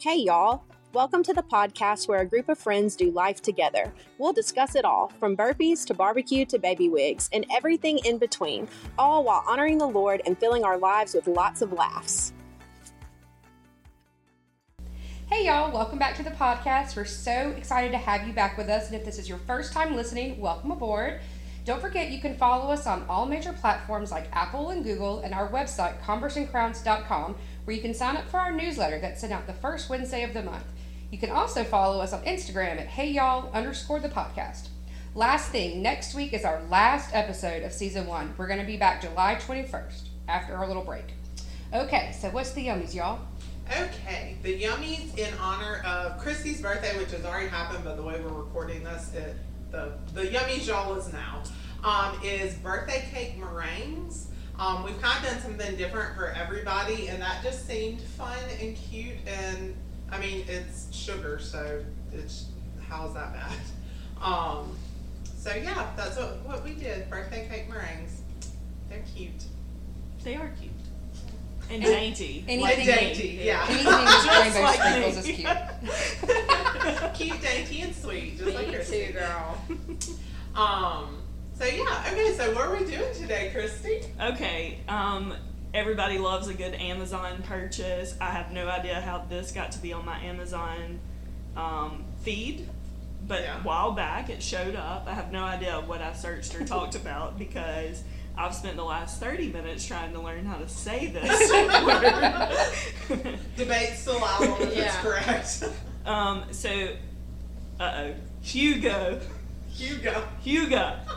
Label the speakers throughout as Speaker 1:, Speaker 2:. Speaker 1: Hey, y'all. Welcome to the podcast where a group of friends do life together. We'll discuss it all from burpees to barbecue to baby wigs and everything in between, all while honoring the Lord and filling our lives with lots of laughs.
Speaker 2: Hey y'all, welcome back to the podcast. We're so excited to have you back with us. And if this is your first time listening, welcome aboard. Don't forget you can follow us on all major platforms like Apple and Google and our website, converseandcrowns.com, where you can sign up for our newsletter that's sent out the first Wednesday of the month. You can also follow us on Instagram at hey y'all underscore the podcast. Last thing, next week is our last episode of season one. We're going to be back July 21st after our little break. Okay, so what's the yummies, y'all?
Speaker 3: Okay, the yummies in honor of Christy's birthday, which has already happened, but the way we're recording this, it, the the yummies y'all is now, um, is birthday cake meringues. Um, we've kind of done something different for everybody, and that just seemed fun and cute. And I mean, it's sugar, so it's how's that bad? Um, so yeah, that's what what we did. Birthday cake meringues. They're cute.
Speaker 4: They are cute. And dainty.
Speaker 2: Anything
Speaker 3: Like dainty, yeah.
Speaker 2: Anything with rainbow
Speaker 3: like
Speaker 2: sprinkles
Speaker 3: me.
Speaker 2: is cute.
Speaker 3: cute, dainty, and sweet, just like
Speaker 4: Me
Speaker 3: Christy.
Speaker 4: too,
Speaker 3: girl. um. So yeah. Okay. So what are we doing today, Christy?
Speaker 4: Okay, um, everybody loves a good Amazon purchase. I have no idea how this got to be on my Amazon um, feed, but
Speaker 3: Yeah.
Speaker 4: a while back it showed up. I have no idea what I searched or talked about because I've spent the last 30 minutes trying to learn how to say this word.
Speaker 3: Debate still out on if
Speaker 2: Yeah.
Speaker 3: it's correct.
Speaker 4: um, so, uh oh, Hugo.
Speaker 3: Hugo.
Speaker 4: Huga,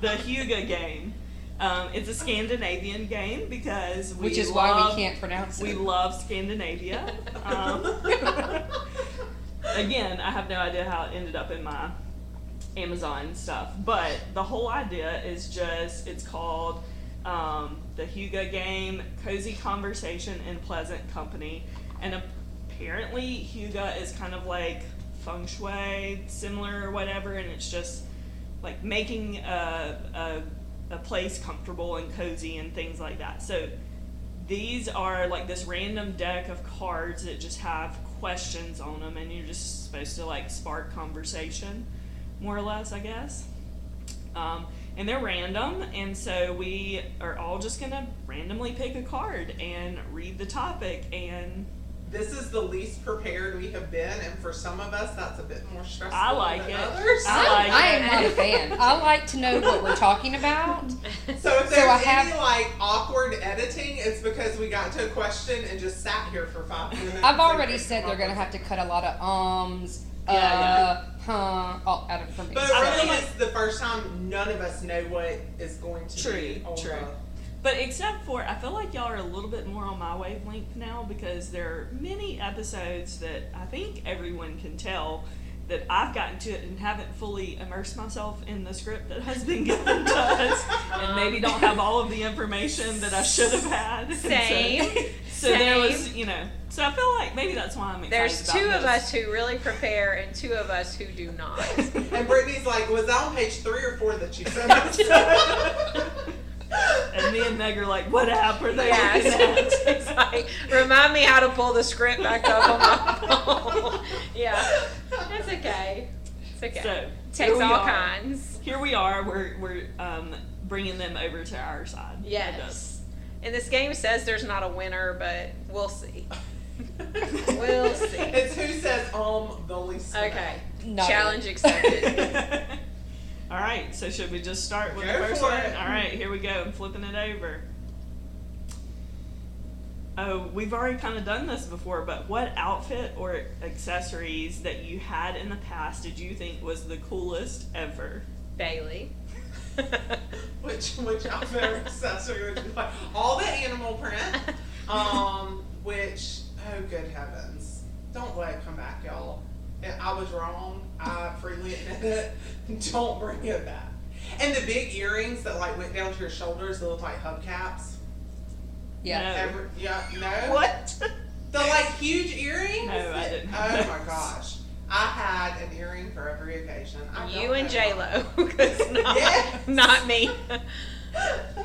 Speaker 4: the Huga game. Um, it's a Scandinavian game because we
Speaker 2: Which is
Speaker 4: love,
Speaker 2: why we can't pronounce it.
Speaker 4: We love Scandinavia. Um, again, I have no idea how it ended up in my Amazon stuff, but the whole idea is just it's called um, the Hugo game, cozy conversation and pleasant company, and apparently Hugo is kind of like feng shui, similar or whatever, and it's just like making a, a, a place comfortable and cozy and things like that. So these are like this random deck of cards that just have questions on them, and you're just supposed to like spark conversation, more or less, I guess. Um, and they're random, and so we are all just gonna randomly pick a card and read the topic. And
Speaker 3: This is the least prepared we have been, and for some of us, that's a bit more stressful.
Speaker 4: I like
Speaker 3: than
Speaker 4: it.
Speaker 3: Others.
Speaker 4: I like
Speaker 2: I am not a fan. I like to know what we're talking about.
Speaker 3: So if
Speaker 2: So
Speaker 3: there's
Speaker 2: I have-
Speaker 3: any like awkward editing, it's because we got to a question and just sat here for five minutes.
Speaker 2: I've already said they're gonna have to cut a lot of ums,
Speaker 4: Yeah,
Speaker 2: uh, huh, all out of for me.
Speaker 3: But
Speaker 2: So-
Speaker 3: it really
Speaker 4: really
Speaker 3: is the first time none of us know what is going to be
Speaker 4: True,
Speaker 3: on
Speaker 4: true. but except for, I feel like y'all are a little bit more on my wavelength now because there are many episodes that I think everyone can tell that I've gotten to it and haven't fully immersed myself in the script that has been given to us, and maybe
Speaker 5: Um,
Speaker 4: don't have all of the information that I should have had. And so-
Speaker 5: Same.
Speaker 4: So there was,
Speaker 5: Same.
Speaker 4: you know. So I feel like maybe that's why I'm excited.
Speaker 5: There's
Speaker 4: about
Speaker 5: two of
Speaker 4: this.
Speaker 5: us who really prepare and two of us who do not.
Speaker 3: the- And Brittany's like, was that on page three or four that you sent us?
Speaker 4: And me and Meg are like, what app are they
Speaker 5: yes.
Speaker 4: looking at?
Speaker 5: it's like, remind me how to pull the script back up on my phone. yeah. It's okay. It's okay.
Speaker 4: So here
Speaker 5: Takes
Speaker 4: we
Speaker 5: all
Speaker 4: are.
Speaker 5: kinds.
Speaker 4: Here we are. We're we're um, bringing them over to our side. of this.
Speaker 5: Yes. And this game says there's not a winner, but we'll see. We'll see.
Speaker 3: It's who says um the least. amount.
Speaker 5: Okay.
Speaker 2: No.
Speaker 5: Challenge accepted.
Speaker 4: All right. So should we just start with
Speaker 3: Go
Speaker 4: the first
Speaker 3: for
Speaker 4: one?
Speaker 3: it.
Speaker 4: All right. Here we go. I'm flipping it over. Oh, we've already kind of done this before, but what outfit or accessories that you had in the past did you think was the coolest ever?
Speaker 5: Bailey.
Speaker 3: Which which outfit or accessory would you like? All the animal print. Um, which oh good heavens, don't let it come back, y'all. And I was wrong. I freely admit it. Don't bring it back. And the big earrings that like went down to your shoulders, that looked like hubcaps.
Speaker 2: yeah.
Speaker 4: No.
Speaker 3: Every, yeah, no.
Speaker 4: Oh. What?
Speaker 3: The like huge earrings?
Speaker 4: No, I didn't
Speaker 3: Oh
Speaker 4: have
Speaker 3: my
Speaker 4: those.
Speaker 3: gosh. I had an earring for every occasion. I
Speaker 5: You
Speaker 3: don't
Speaker 5: and
Speaker 3: know
Speaker 5: J Lo, because not,
Speaker 3: Yes.
Speaker 5: not me.
Speaker 3: why.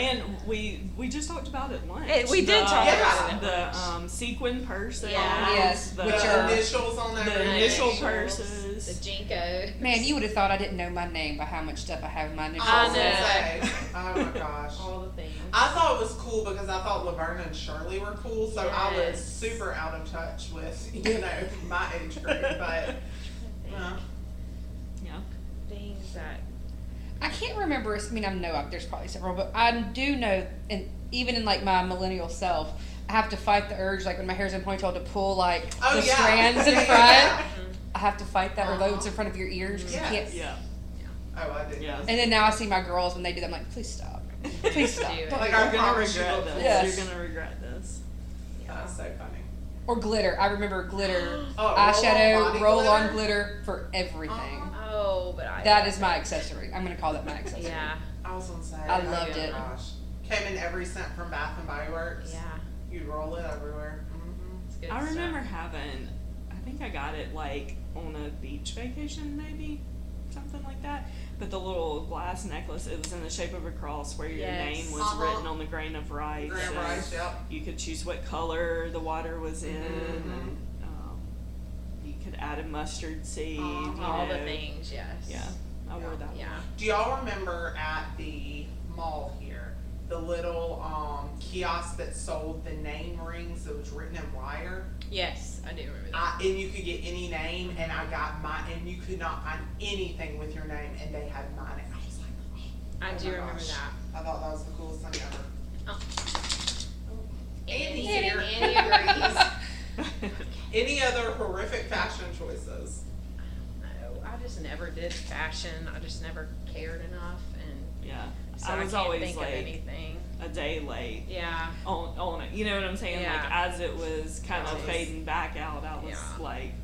Speaker 4: And we we just talked about it once.
Speaker 5: Hey, we did
Speaker 4: the,
Speaker 5: talk
Speaker 3: about
Speaker 5: it at
Speaker 4: The
Speaker 5: lunch.
Speaker 4: um, sequin purse. they all
Speaker 5: Yeah.
Speaker 4: have,
Speaker 2: Yes,
Speaker 4: The,
Speaker 2: which
Speaker 3: the
Speaker 2: are-
Speaker 3: initials on that.
Speaker 4: the
Speaker 3: ring.
Speaker 4: initial
Speaker 6: Initials,
Speaker 4: purses.
Speaker 6: The Jinko.
Speaker 2: Man, you would have thought I didn't know my name by how much stuff I have in my initials.
Speaker 5: I
Speaker 3: was
Speaker 5: know.
Speaker 3: gonna say, Oh my gosh.
Speaker 6: All the things.
Speaker 3: I thought it was cool because I thought Laverne and Shirley were cool, so I was
Speaker 6: Yes.
Speaker 3: super out of touch with, you know, my age group. But uh,
Speaker 4: Yeah.
Speaker 6: Things that.
Speaker 2: I can't remember. I mean, I know there's probably several, but I do know, and even in like my millennial self, I have to fight the urge, like when my hair's in a ponytail, to pull like
Speaker 3: oh
Speaker 2: the
Speaker 3: yeah,
Speaker 2: strands in
Speaker 3: Yeah,
Speaker 2: front.
Speaker 3: yeah,
Speaker 2: I have to fight that, or
Speaker 3: Uh-huh.
Speaker 2: loads in front of your ears. 'cause you
Speaker 3: Yes.
Speaker 2: can't-
Speaker 4: Yeah.
Speaker 3: yeah. Oh, I did.
Speaker 4: Yeah.
Speaker 2: And then now I see my girls when they do that, I'm like, please stop, please stop.
Speaker 6: Do it.
Speaker 3: Like I
Speaker 4: You're gonna
Speaker 3: promise you
Speaker 4: regret
Speaker 3: will.
Speaker 4: this.
Speaker 2: Yes.
Speaker 4: You're gonna regret this.
Speaker 3: That's so funny.
Speaker 2: Or glitter. I remember glitter
Speaker 3: Oh,
Speaker 2: eyeshadow, roll
Speaker 3: body
Speaker 2: on glitter for everything.
Speaker 3: Uh-huh.
Speaker 6: Oh, but I.
Speaker 2: That is my accessory. I'm gonna call that my accessory.
Speaker 6: Yeah.
Speaker 3: I was gonna say.
Speaker 2: I loved
Speaker 3: oh,
Speaker 2: it.
Speaker 3: Gosh, came in every cent from Bath and Body Works.
Speaker 6: Yeah.
Speaker 3: You roll it everywhere. Mm-hmm.
Speaker 6: It's uh, good
Speaker 4: I
Speaker 6: stuff.
Speaker 4: remember having, I think I got it like on a beach vacation, maybe something like that. But the little glass necklace, it was in the shape of a cross where your
Speaker 6: Yes.
Speaker 4: name was
Speaker 3: Uh-huh.
Speaker 4: written on the grain of rice.
Speaker 3: Grand
Speaker 4: and
Speaker 3: rice. Yep.
Speaker 4: You could choose what color the water was in,
Speaker 3: Mm-hmm,
Speaker 4: and um, you could add a mustard seed.
Speaker 3: Uh-huh.
Speaker 4: you
Speaker 6: All the
Speaker 4: know.
Speaker 6: things, yes.
Speaker 4: Yeah, I wore that.
Speaker 6: Yeah.
Speaker 3: Do y'all remember at the mall here the little um, kiosk that sold the name rings that was written in wire?
Speaker 6: Yes, I do remember that.
Speaker 3: I, and you could get any name, and I got mine, and you could not find anything with your name, and they had mine, and I was like, oh,
Speaker 6: I
Speaker 3: my
Speaker 6: do remember
Speaker 3: gosh.
Speaker 6: that.
Speaker 3: I thought that was the coolest thing ever.
Speaker 2: Oh.
Speaker 6: Andy,
Speaker 3: Andy.
Speaker 6: Andy, agrees.
Speaker 3: Any other horrific fashion choices?
Speaker 6: No, I just never did fashion. I just never cared enough, and
Speaker 4: yeah.
Speaker 6: so
Speaker 4: I was
Speaker 6: can't
Speaker 4: always
Speaker 6: think
Speaker 4: like
Speaker 6: of anything.
Speaker 4: a day late
Speaker 6: Yeah,
Speaker 4: on on it. You know what I'm saying?
Speaker 6: Yeah.
Speaker 4: Like as it was kind of
Speaker 6: Yes.
Speaker 4: fading back out, I was
Speaker 6: Yeah.
Speaker 4: like,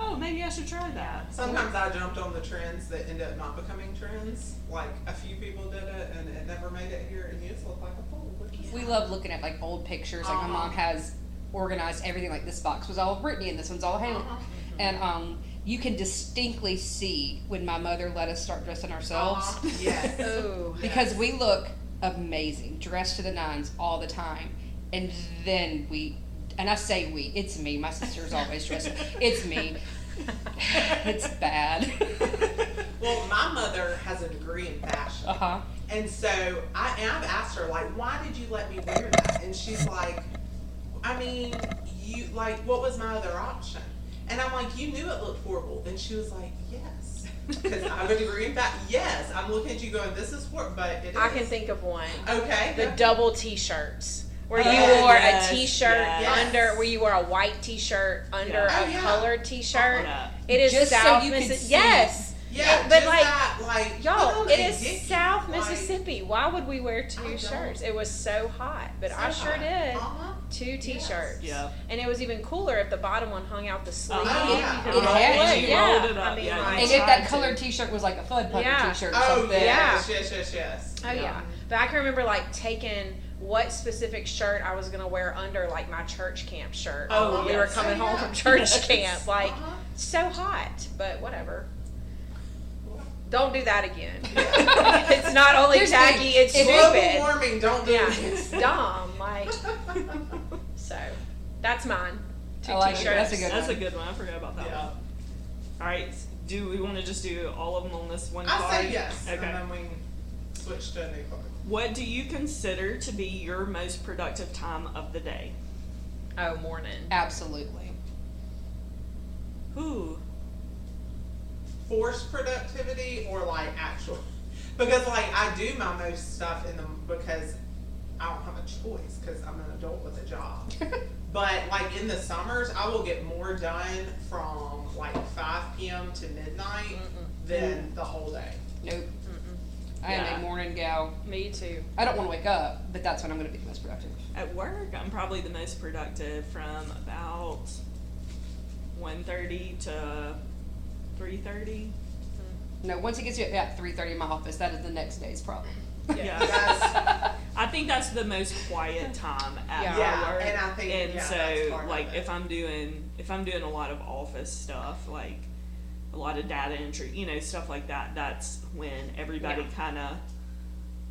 Speaker 4: oh, maybe I should try that.
Speaker 3: Sometimes I jumped on the trends that end up not becoming trends. Like a few people did it, and it never made it here, and you just look like a fool. which is-
Speaker 2: We love looking at like old pictures. Like my
Speaker 3: Uh-huh.
Speaker 2: mom has organized everything. Like this box was all Brittany, and this one's all Haley.
Speaker 3: Uh-huh.
Speaker 2: And um, you can distinctly see when my mother let us start dressing ourselves
Speaker 3: Uh-huh. Yes.
Speaker 6: Oh,
Speaker 2: because we look amazing, dressed to the nines all the time. And then we, and I say we, it's me. My sister's always dressed. It's me. It's bad.
Speaker 3: Well, my mother has a degree in fashion,
Speaker 2: Uh
Speaker 5: Uh-huh.
Speaker 2: huh.
Speaker 3: and so I and I've asked her like, why did you let me wear that? And she's like, I mean, you like, what was my other option? And I'm like, you knew it looked horrible, and she was like, yes, because I have a degree in fashion. Yes, I'm looking at you going, this is horrible, but it is.
Speaker 5: I can think of one.
Speaker 3: Okay.
Speaker 5: The double t-shirts. Where you
Speaker 3: Oh,
Speaker 5: wore
Speaker 4: yes,
Speaker 5: a t-shirt
Speaker 4: yes.
Speaker 5: under, where you wore a white t-shirt under
Speaker 4: Yeah.
Speaker 5: a
Speaker 3: Oh, yeah.
Speaker 5: colored t-shirt.
Speaker 4: Yeah.
Speaker 5: It is
Speaker 2: Just so
Speaker 5: South
Speaker 2: you could
Speaker 5: Mississippi.
Speaker 2: see.
Speaker 5: Yes,
Speaker 3: yeah,
Speaker 5: but
Speaker 3: just
Speaker 5: like,
Speaker 3: that, like oh,
Speaker 5: y'all.
Speaker 3: look how
Speaker 5: It is
Speaker 3: ridiculous,
Speaker 5: South
Speaker 3: like-
Speaker 5: Mississippi. Why would we wear
Speaker 3: I
Speaker 5: two
Speaker 3: don't.
Speaker 5: shirts? It was so hot, but I
Speaker 3: So
Speaker 5: sure
Speaker 3: hot.
Speaker 5: did
Speaker 3: Uh-huh.
Speaker 5: two t-shirts.
Speaker 4: Yeah.
Speaker 5: And it was even cooler if the bottom one hung out the sleeve.
Speaker 4: Oh,
Speaker 3: yeah.
Speaker 5: You
Speaker 3: It
Speaker 5: could roll
Speaker 2: had-
Speaker 5: it.
Speaker 4: you
Speaker 5: Yeah.
Speaker 4: rolled it up.
Speaker 5: I mean,
Speaker 4: Yeah, you
Speaker 5: like,
Speaker 4: I
Speaker 2: And if
Speaker 5: tried
Speaker 2: that
Speaker 5: to.
Speaker 2: colored T-shirt was like a Fud Pucker
Speaker 5: Yeah.
Speaker 2: T-shirt or
Speaker 3: Oh
Speaker 2: something.
Speaker 3: yes, yes, yes, yes.
Speaker 5: Oh yeah.
Speaker 4: Yeah.
Speaker 5: But I can remember like taking what specific shirt I was gonna wear under like my church camp shirt.
Speaker 3: Oh,
Speaker 5: we were
Speaker 3: yes.
Speaker 5: coming
Speaker 3: Oh,
Speaker 5: home
Speaker 3: yeah.
Speaker 5: from church
Speaker 4: Yes.
Speaker 5: camp. Like
Speaker 3: Uh-huh.
Speaker 5: so hot, but whatever. Don't do that again. it's not only
Speaker 2: Here's the
Speaker 5: tacky, it's
Speaker 2: thing.
Speaker 3: Global
Speaker 5: stupid.
Speaker 3: warming, don't do
Speaker 5: Yeah, it's
Speaker 3: this.
Speaker 5: dumb. Like so. That's mine. Two
Speaker 2: I like it.
Speaker 5: t-shirts.
Speaker 2: That's a good
Speaker 4: That's a
Speaker 2: one.
Speaker 4: good one. I forgot about that
Speaker 3: Yeah.
Speaker 4: one. All right. Do we want to just do all of them on this one
Speaker 3: I
Speaker 4: card?
Speaker 3: say yes,
Speaker 4: Okay.
Speaker 3: and then we can switch to a new card.
Speaker 4: What do you consider to be your most productive time of the day?
Speaker 5: Oh, morning.
Speaker 2: Absolutely.
Speaker 4: Ooh.
Speaker 3: Forced productivity or like actual? Because like I do my most stuff in the because I don't have a choice because I'm an adult with a job. but like in the summers, I will get more done from like 5 p.m. to midnight than the whole day.
Speaker 2: Nope. I am
Speaker 4: Yeah.
Speaker 2: a morning gal.
Speaker 5: Me too.
Speaker 2: I don't want to wake up, but that's when I'm going to be the most productive.
Speaker 4: At work, I'm probably the most productive from about 1.30 to 3.30.
Speaker 2: No, once it gets to about three thirty in my office, that is the next day's problem.
Speaker 5: Yeah.
Speaker 4: Yeah.
Speaker 3: That's,
Speaker 4: I think that's the most quiet time at
Speaker 5: Yeah.
Speaker 4: my
Speaker 3: Yeah,
Speaker 4: work.
Speaker 3: and I think-
Speaker 4: and
Speaker 3: yeah,
Speaker 4: so
Speaker 3: that's part of
Speaker 4: like
Speaker 3: it.
Speaker 4: if I'm doing if I'm doing a lot of office stuff, like a lot of data entry, you know, stuff like that, that's when everybody kinda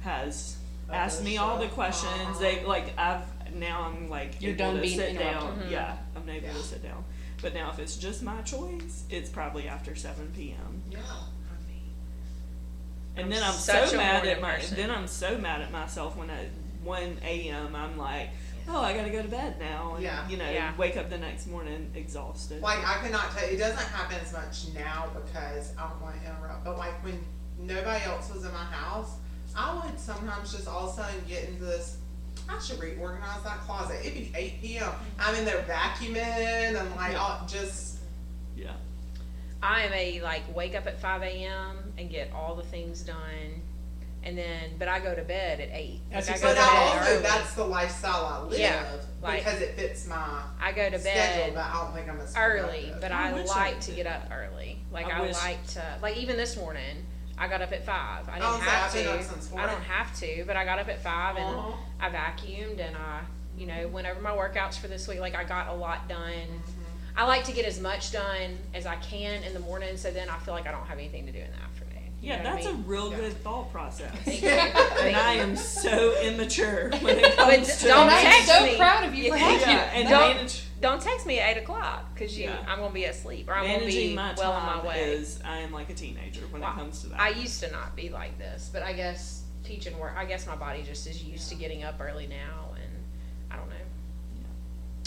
Speaker 4: has asked me all the questions. They like I've now I'm like
Speaker 2: You're
Speaker 4: able
Speaker 2: done
Speaker 4: to
Speaker 2: being
Speaker 4: sit down.
Speaker 2: interrupted.
Speaker 4: Yeah, I'm
Speaker 3: Mm-hmm.
Speaker 4: able
Speaker 3: Yeah.
Speaker 4: to sit down. But now if it's just my choice, it's probably after seven p.m.
Speaker 3: Yeah. I mean,
Speaker 4: And
Speaker 5: I'm
Speaker 4: then I'm
Speaker 5: such
Speaker 4: so
Speaker 5: a
Speaker 4: mad
Speaker 5: morning
Speaker 4: at my
Speaker 5: person.
Speaker 4: then I'm so mad at myself when at one a.m. I'm like, oh, I gotta go to bed now, and
Speaker 3: Yeah.
Speaker 4: you know,
Speaker 5: Yeah.
Speaker 4: wake up the next morning exhausted.
Speaker 3: Like I cannot tell. It doesn't happen as much now because I don't want to interrupt. But like when nobody else was in my house, I would sometimes just all of a sudden get into this. I should reorganize that closet. It'd be 8 p.m. I'm in there vacuuming and like all, just
Speaker 4: yeah,
Speaker 6: I am a like wake up at five a.m. and get all the things done, and then but I go to bed at eight.
Speaker 2: That's
Speaker 6: Like, I go
Speaker 3: but
Speaker 6: to
Speaker 2: exactly-
Speaker 6: bed
Speaker 3: I also
Speaker 6: early.
Speaker 3: that's the lifestyle I live
Speaker 6: Yeah, like-
Speaker 3: because it fits my
Speaker 6: I go to
Speaker 3: schedule.
Speaker 6: bed
Speaker 3: But I don't think I'm as
Speaker 6: early,
Speaker 3: productive.
Speaker 6: but
Speaker 4: I
Speaker 6: I,
Speaker 4: wish I
Speaker 6: like
Speaker 4: could
Speaker 6: to
Speaker 4: do
Speaker 6: get up early. Like
Speaker 4: I
Speaker 6: I,
Speaker 4: wish-
Speaker 6: like to like even this morning I got up at five. I
Speaker 3: I
Speaker 6: didn't
Speaker 3: don't say
Speaker 6: have
Speaker 3: I've been up
Speaker 6: to.
Speaker 3: since four.
Speaker 6: I don't have to, but I got up at 5 and
Speaker 3: Uh-huh.
Speaker 6: I vacuumed and I, you know, went over my workouts for this week. Like I got a lot done.
Speaker 2: Mm-hmm.
Speaker 6: I like to get as much done as I can in the morning, so then I feel like I don't have anything to do in the afternoon. You
Speaker 4: yeah,
Speaker 6: know what
Speaker 4: that's
Speaker 6: I
Speaker 4: a real
Speaker 3: Yeah.
Speaker 4: good thought process.
Speaker 6: mean?
Speaker 4: and I am so immature when it
Speaker 6: But
Speaker 4: comes to
Speaker 6: don't
Speaker 2: I'm
Speaker 6: text
Speaker 2: so
Speaker 6: me.
Speaker 2: proud of you for having
Speaker 4: yeah, and
Speaker 6: Don't-
Speaker 4: manage,
Speaker 6: Don't text me at eight o'clock because you,
Speaker 4: Yeah.
Speaker 6: I'm gonna be asleep or I'm gonna
Speaker 4: managing
Speaker 6: be
Speaker 4: my
Speaker 6: well
Speaker 4: time
Speaker 6: on my way.
Speaker 4: is I am like a teenager when
Speaker 6: Wow.
Speaker 4: it comes to that.
Speaker 6: I used to not be like this, but I guess teaching work. I guess my body just is used to getting up early now, and I don't know.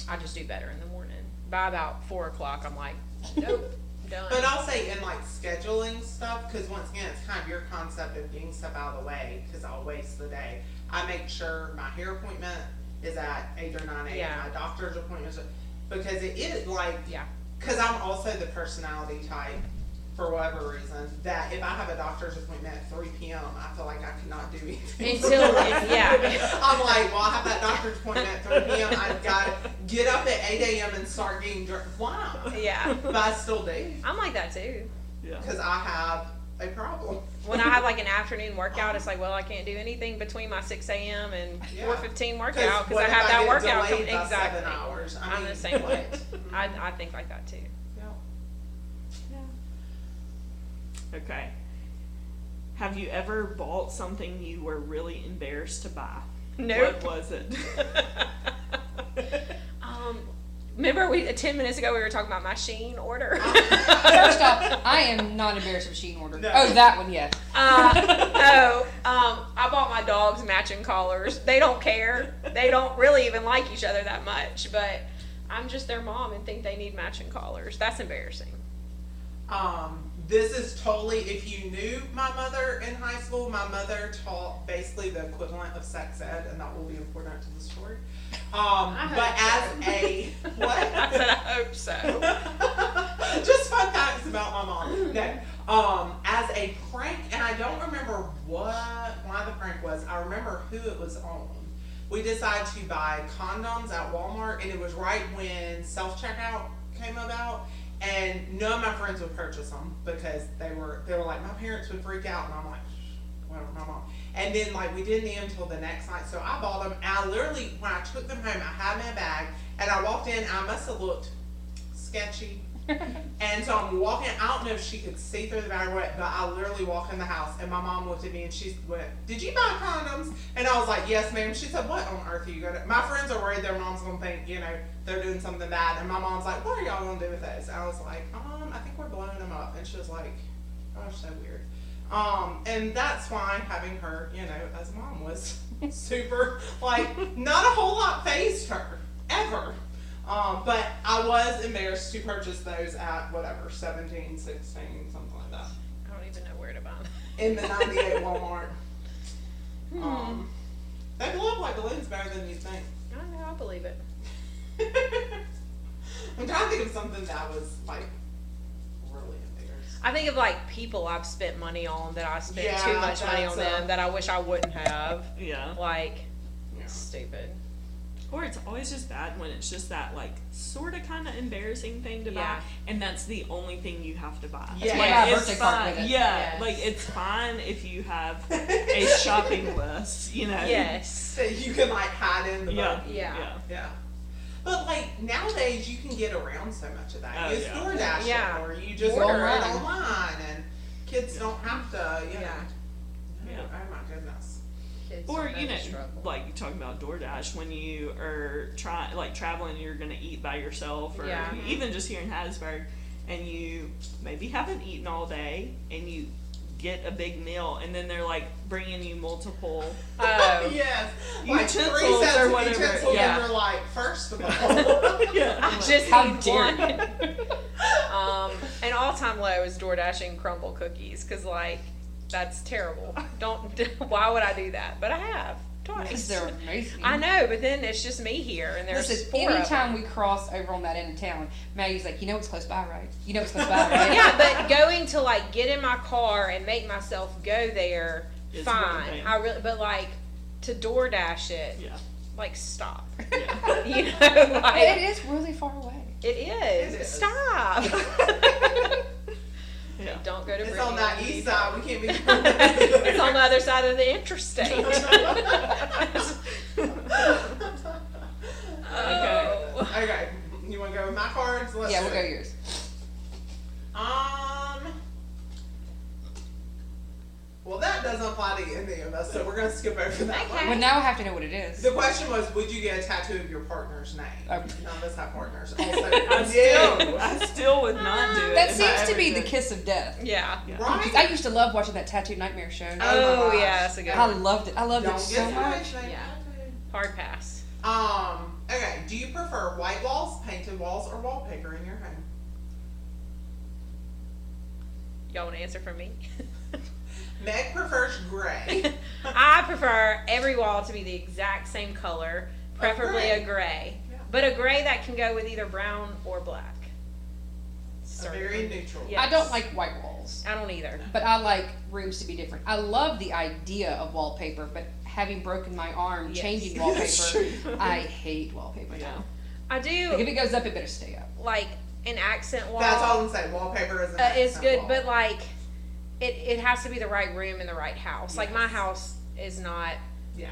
Speaker 6: I just do better in the morning. By about four o'clock, I'm like, nope, done.
Speaker 3: But I'll say in like scheduling stuff, because once again, it's kind of your concept of getting stuff out of the way, because I'll waste the day. I make sure my hair appointment is at eight or nine a.m.
Speaker 6: Yeah.
Speaker 3: My doctor's appointment is, because it is like,
Speaker 6: Yeah.
Speaker 3: because I'm also the personality type, for whatever reason, that if I have a doctor's appointment at three p.m., I feel like I cannot do anything
Speaker 6: Until it's- yeah.
Speaker 3: I'm like, well, I have that doctor's appointment at three p.m. I've got to get up at eight a.m. and start getting dressed. Why?
Speaker 6: yeah,
Speaker 3: But I still do
Speaker 6: I'm like that too.
Speaker 4: yeah.
Speaker 3: because I have a problem.
Speaker 6: When I have like an afternoon workout, it's like, well, I can't do anything between my six a.m. and
Speaker 3: Yeah.
Speaker 6: four fifteen workout because
Speaker 3: what
Speaker 6: I
Speaker 3: if
Speaker 6: have that
Speaker 3: get
Speaker 6: workout
Speaker 3: delayed
Speaker 6: coming-
Speaker 3: by
Speaker 6: exactly.
Speaker 3: Seven hours. I
Speaker 6: I'm
Speaker 3: mean,
Speaker 6: the same
Speaker 3: what?
Speaker 6: way. I, I think like that too.
Speaker 3: Yeah.
Speaker 4: Okay. Have you ever bought something you were really embarrassed to buy?
Speaker 6: Nope.
Speaker 4: What was it?
Speaker 6: Um, remember we ten minutes ago we were talking about my Sheen order.
Speaker 3: Uh-huh.
Speaker 2: First off, I am not embarrassed of Sheen order.
Speaker 3: No.
Speaker 2: Oh, that one, yeah.
Speaker 6: Uh, oh, um, I bought my dogs matching collars. They don't care. They don't really even like each other that much, but I'm just their mom and think they need matching collars. That's embarrassing.
Speaker 3: Um, this is totally. If you knew my mother in high school, my mother taught basically the equivalent of sex ed, and that will be important to the story. Um, but as a
Speaker 6: I
Speaker 3: what?
Speaker 6: said, I hope so.
Speaker 3: Just fun facts about my mom. No. Um, as a prank, and I don't remember what why the prank was. I remember who it was on. We decided to buy condoms at Walmart, and it was right when self checkout came about. And none of my friends would purchase them because they were they were like my parents would freak out, and I'm like, whatever, my mom. And then like we didn't eat them till the next night, so I bought them. And I literally when I took them home, I had them in a bag, and I walked in. I must have looked sketchy. and so I'm walking. I don't know if she could see through the bag or what, but I literally walk in the house, and my mom looked at me and she went, "Did you buy condoms?" And I was like, "Yes, ma'am." She said, "What on earth are you gonna?" My friends are worried their mom's gonna think you know they're doing something bad, and my mom's like, "What are y'all gonna do with those?" And I was like, "Um, I think we're blowing them up," and she was like, "Gosh, Oh, so weird." Um, and that's why having her, you know, as mom was super like not a whole lot phased her ever. Um, but I was embarrassed to purchase those at whatever 17, 16, something like that
Speaker 6: I don't even know where to buy them.
Speaker 3: in the 98 Walmart. Um, they blow up like balloons better than you think.
Speaker 6: I don't know, I believe it.
Speaker 3: I'm trying to think of something that was like really embarrassed.
Speaker 6: I think of like people I've spent money on that I spent
Speaker 3: Yeah,
Speaker 6: too much money
Speaker 3: that's
Speaker 6: on
Speaker 3: a-
Speaker 6: them that I wish I wouldn't have.
Speaker 4: yeah.
Speaker 6: Like,
Speaker 3: Yeah.
Speaker 6: stupid.
Speaker 4: Or it's always just bad when it's just that like sort of kind of embarrassing thing to
Speaker 6: Yeah.
Speaker 4: buy, and that's the only thing you have to buy.
Speaker 3: Yeah.
Speaker 4: Like,
Speaker 3: Yeah,
Speaker 4: it's
Speaker 2: birthday card
Speaker 4: fine.
Speaker 2: with it.
Speaker 4: Yeah,
Speaker 6: Yes.
Speaker 4: like it's fine if you have a shopping list. You know.
Speaker 6: Yes.
Speaker 3: that you can like hide in the
Speaker 4: Yeah.
Speaker 3: bug.
Speaker 6: Yeah.
Speaker 4: Yeah.
Speaker 3: Yeah. But like nowadays, you can get around so much of that.
Speaker 4: Oh,
Speaker 3: you
Speaker 4: yeah.
Speaker 3: store DoorDash
Speaker 6: Yeah.
Speaker 3: it, or you just
Speaker 2: Order
Speaker 3: order it
Speaker 2: online.
Speaker 3: online, and kids don't have to. You know.
Speaker 6: Yeah.
Speaker 3: Oh,
Speaker 4: Yeah.
Speaker 3: Oh my goodness.
Speaker 6: kids
Speaker 4: Or
Speaker 6: don't
Speaker 4: you know,
Speaker 6: the struggle.
Speaker 4: like you talk about DoorDash when you are trying, like traveling, you're gonna eat by yourself, or
Speaker 6: Yeah.
Speaker 4: even just here in Hattiesburg, and you maybe haven't eaten all day, and you get a big meal, and then they're like bringing you multiple.
Speaker 6: oh,
Speaker 3: yes. Like three
Speaker 4: Utensils
Speaker 3: sets
Speaker 4: or
Speaker 3: of
Speaker 4: whatever,
Speaker 3: utensils,
Speaker 4: yeah.
Speaker 3: and you're like, first of all.
Speaker 4: yeah,
Speaker 6: I just
Speaker 2: How
Speaker 6: need
Speaker 2: dare
Speaker 6: one. um, an all-time low is door dashing crumble cookies because like that's terrible. Don't. Why would I do that? But I have twice.
Speaker 2: Because they're amazing.
Speaker 6: I know, but then it's just me here, and there's
Speaker 2: Listen,
Speaker 6: four of them.
Speaker 2: anytime we cross over on that end of town, Maggie's like, you know it's close by, right? You know it's close by, right?
Speaker 6: yeah, but going to like get in my car and make myself go there,
Speaker 4: It's one
Speaker 6: fine.
Speaker 4: thing.
Speaker 6: I really, but like to DoorDash it,
Speaker 4: yeah,
Speaker 6: like stop.
Speaker 4: yeah.
Speaker 6: You know,
Speaker 2: But it
Speaker 6: like
Speaker 2: is really far away.
Speaker 6: it is.
Speaker 3: It is.
Speaker 6: Stop.
Speaker 4: yeah.
Speaker 6: Don't go to.
Speaker 3: It's
Speaker 6: Brittany
Speaker 3: on that
Speaker 6: when you
Speaker 3: east side. We can't be.
Speaker 6: it's on the other side of the interstate. Oh.
Speaker 3: Okay. You want to go with my cards? Let's
Speaker 2: yeah,
Speaker 3: do
Speaker 2: we'll go
Speaker 3: it.
Speaker 2: yours.
Speaker 3: Um. Well, that doesn't apply to any of us, so we're gonna skip over that
Speaker 6: Okay.
Speaker 3: one.
Speaker 2: Well, now I have to know what it is.
Speaker 3: The question was, would you get a tattoo of your partner's name?
Speaker 2: Oh.
Speaker 3: None of us have partners. Also,
Speaker 4: I still,
Speaker 3: yeah.
Speaker 4: Oh. I still would not do it.
Speaker 2: That
Speaker 4: if I
Speaker 2: seems to
Speaker 4: ever
Speaker 2: be the
Speaker 4: did.
Speaker 2: kiss of death.
Speaker 6: Yeah.
Speaker 2: Because
Speaker 3: Right?
Speaker 2: I used to love watching that Tattoo Nightmare show.
Speaker 3: Oh,
Speaker 6: Oh,
Speaker 3: my gosh.
Speaker 6: yeah, it's a good
Speaker 2: I
Speaker 6: one.
Speaker 2: loved it. I loved it
Speaker 3: Don't
Speaker 2: so
Speaker 3: get
Speaker 2: much.
Speaker 3: somebody's name
Speaker 6: Yeah.
Speaker 3: tattooed.
Speaker 6: Hard pass.
Speaker 3: Um. Okay. Do you prefer white walls, painted walls, or wallpaper in your home?
Speaker 6: Y'all want to answer for me?
Speaker 3: Meg prefers gray.
Speaker 6: I prefer every wall to be the exact same color, preferably
Speaker 3: gray.
Speaker 6: a gray.
Speaker 3: Oh, Yeah.
Speaker 6: But a gray that can go with either brown or black.
Speaker 3: A
Speaker 6: Certain.
Speaker 3: very neutral.
Speaker 6: Yeah.
Speaker 2: I don't like white walls,
Speaker 6: I don't either.
Speaker 2: but I like rooms to be different. I love the idea of wallpaper, but having broken my arm,
Speaker 6: Yes.
Speaker 2: changing
Speaker 4: That's
Speaker 2: wallpaper,
Speaker 4: true.
Speaker 2: I hate wallpaper now.
Speaker 6: I
Speaker 2: Like if
Speaker 6: do
Speaker 2: it goes up, it better stay up.
Speaker 6: like an accent wall.
Speaker 3: That's all I'm saying. Wallpaper is. an
Speaker 6: uh, is
Speaker 3: accent
Speaker 6: good,
Speaker 3: wall.
Speaker 6: but like it, it has to be the right room in the right house. Like my house is not
Speaker 3: yeah.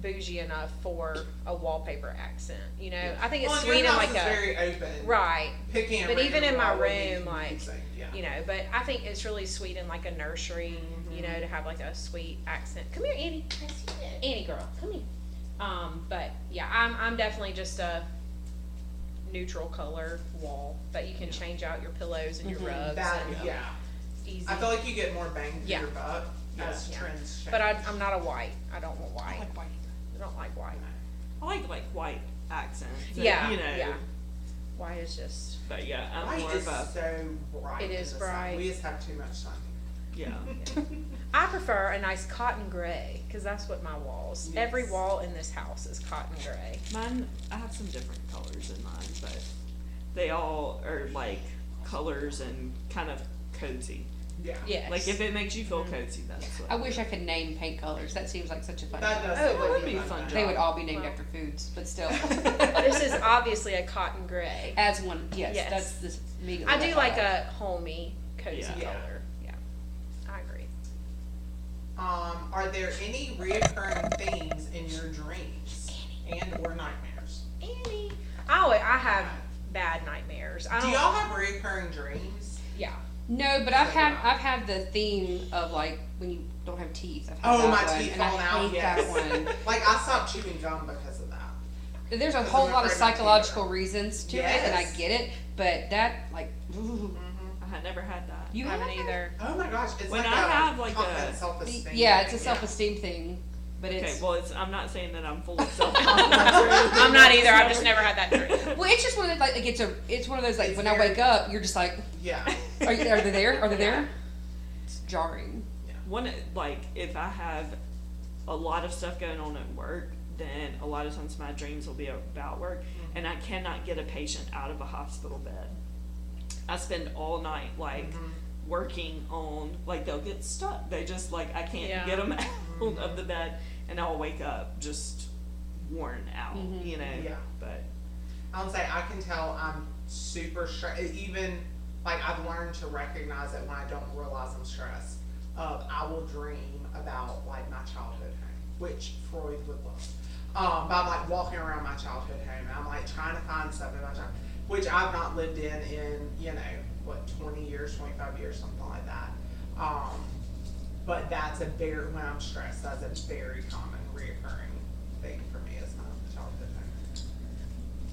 Speaker 6: bougie enough for a wallpaper accent. You know, I think it's
Speaker 3: Well,
Speaker 6: sweet
Speaker 3: your
Speaker 6: and
Speaker 3: house
Speaker 6: like
Speaker 3: is
Speaker 6: a
Speaker 3: very open.
Speaker 6: right,
Speaker 3: Picking.
Speaker 6: but even in my room, like,
Speaker 3: yeah.
Speaker 6: you know. But I think it's really sweet in like a nursery. You
Speaker 3: Mm-hmm.
Speaker 6: know, to have like a sweet accent. Come here, Annie. Annie girl, come here. Um, but yeah, I'm I'm definitely just a neutral color wall, but you can change out your pillows and your rugs.
Speaker 3: Mm-hmm. That,
Speaker 6: and
Speaker 3: yeah.
Speaker 6: easy.
Speaker 3: I feel like you get more bang for
Speaker 6: Yeah.
Speaker 3: your buck as
Speaker 6: Yeah.
Speaker 3: trends change.
Speaker 6: But I, I'm not a white. I don't want white. I,
Speaker 2: Like white.
Speaker 6: don't like white.
Speaker 4: I like like white accents. but,
Speaker 6: yeah,
Speaker 4: you know.
Speaker 6: yeah. White is just
Speaker 4: But yeah, I'm
Speaker 3: Light
Speaker 4: more
Speaker 3: is
Speaker 4: of a
Speaker 3: so bright.
Speaker 6: It
Speaker 3: in
Speaker 6: is
Speaker 3: the sun.
Speaker 6: bright.
Speaker 3: We just have too much sun.
Speaker 4: yeah.
Speaker 6: I prefer a nice cotton gray because that's what my walls. Every wall in this house is cotton gray.
Speaker 4: Mine, I have some different colors in mine, but they all are like colors and kind of cozy.
Speaker 3: Yeah.
Speaker 6: Yes. Mm-hmm.
Speaker 4: Like if it makes you feel cozy, that's what.
Speaker 2: I wish I could name paint colors. That seems like such a fun.
Speaker 3: That
Speaker 2: job.
Speaker 3: does.
Speaker 6: Oh, it
Speaker 3: sound
Speaker 6: would
Speaker 3: like
Speaker 4: be
Speaker 3: a
Speaker 4: fun job.
Speaker 2: They would all be named after foods, but still.
Speaker 6: this is obviously a cotton gray.
Speaker 2: As one, yes,
Speaker 6: Yes.
Speaker 2: that's this immediately.
Speaker 6: I do
Speaker 2: what
Speaker 6: like a homey, cozy
Speaker 4: Yeah.
Speaker 3: Yeah.
Speaker 6: color. Yeah, I agree.
Speaker 3: Um, are there any reoccurring themes in your dreams and or nightmares?
Speaker 6: Annie, I always, I have bad nightmares. I
Speaker 3: Do
Speaker 6: don't.
Speaker 3: y'all have reoccurring dreams?
Speaker 6: yeah.
Speaker 2: No, but I've had I've had the theme of like when you don't have teeth. I've had
Speaker 3: Oh,
Speaker 2: that
Speaker 3: my
Speaker 2: one,
Speaker 3: teeth
Speaker 2: and I
Speaker 3: fall out.
Speaker 2: hate
Speaker 3: yes.
Speaker 2: that one.
Speaker 3: like I stopped chewing gum because of that.
Speaker 2: There's a
Speaker 3: Because
Speaker 2: whole
Speaker 3: I'm
Speaker 2: lot of
Speaker 3: afraid my teeth
Speaker 2: psychological
Speaker 3: are-
Speaker 2: reasons to it, and I
Speaker 3: Yes.
Speaker 2: get it. But that like, ooh,
Speaker 4: I had never had that.
Speaker 2: you
Speaker 6: I haven't
Speaker 2: haven't
Speaker 6: either.
Speaker 3: Oh my gosh! It's
Speaker 4: When
Speaker 3: like
Speaker 4: I
Speaker 3: a
Speaker 4: have, like,
Speaker 3: confident
Speaker 4: a-
Speaker 3: self-esteem.
Speaker 2: Yeah, it's a
Speaker 3: thing.
Speaker 2: self-esteem thing, but
Speaker 4: Okay,
Speaker 2: it's well,
Speaker 4: well, it's, I'm not saying that I'm full of self confidence.
Speaker 6: I'm not either. I've just never had that dream.
Speaker 2: it's just one of those, like, like it's a it's one of those like
Speaker 3: It's
Speaker 2: when I
Speaker 3: very-
Speaker 2: wake up, you're just like,
Speaker 3: Yeah.
Speaker 2: are, you, are they there? Are they there? It's jarring.
Speaker 4: One like if I have a lot of stuff going on at work, then a lot of times my dreams will be about work,
Speaker 6: Mm-hmm.
Speaker 4: and I cannot get a patient out of a hospital bed. I spend all night like
Speaker 6: Mm-hmm.
Speaker 3: Mm-hmm.
Speaker 4: working on like they'll get stuck. They just like I can't
Speaker 6: Yeah.
Speaker 4: get them out of the bed, and I'll wake up just worn out, you know.
Speaker 3: Yeah.
Speaker 4: But
Speaker 3: I would say I can tell I'm super stressed. Even like I've learned to recognize it when I don't realize I'm stressed. Uh, I will dream about like my childhood home, which Freud would love. Um, but I'm like walking around my childhood home. And I'm like trying to find stuff in my childhood, which I've not lived in in you know what 20 years, 25 years, something like that. Um, But that's a very when I'm stressed, that's a very common reoccurring thing for me is my childhood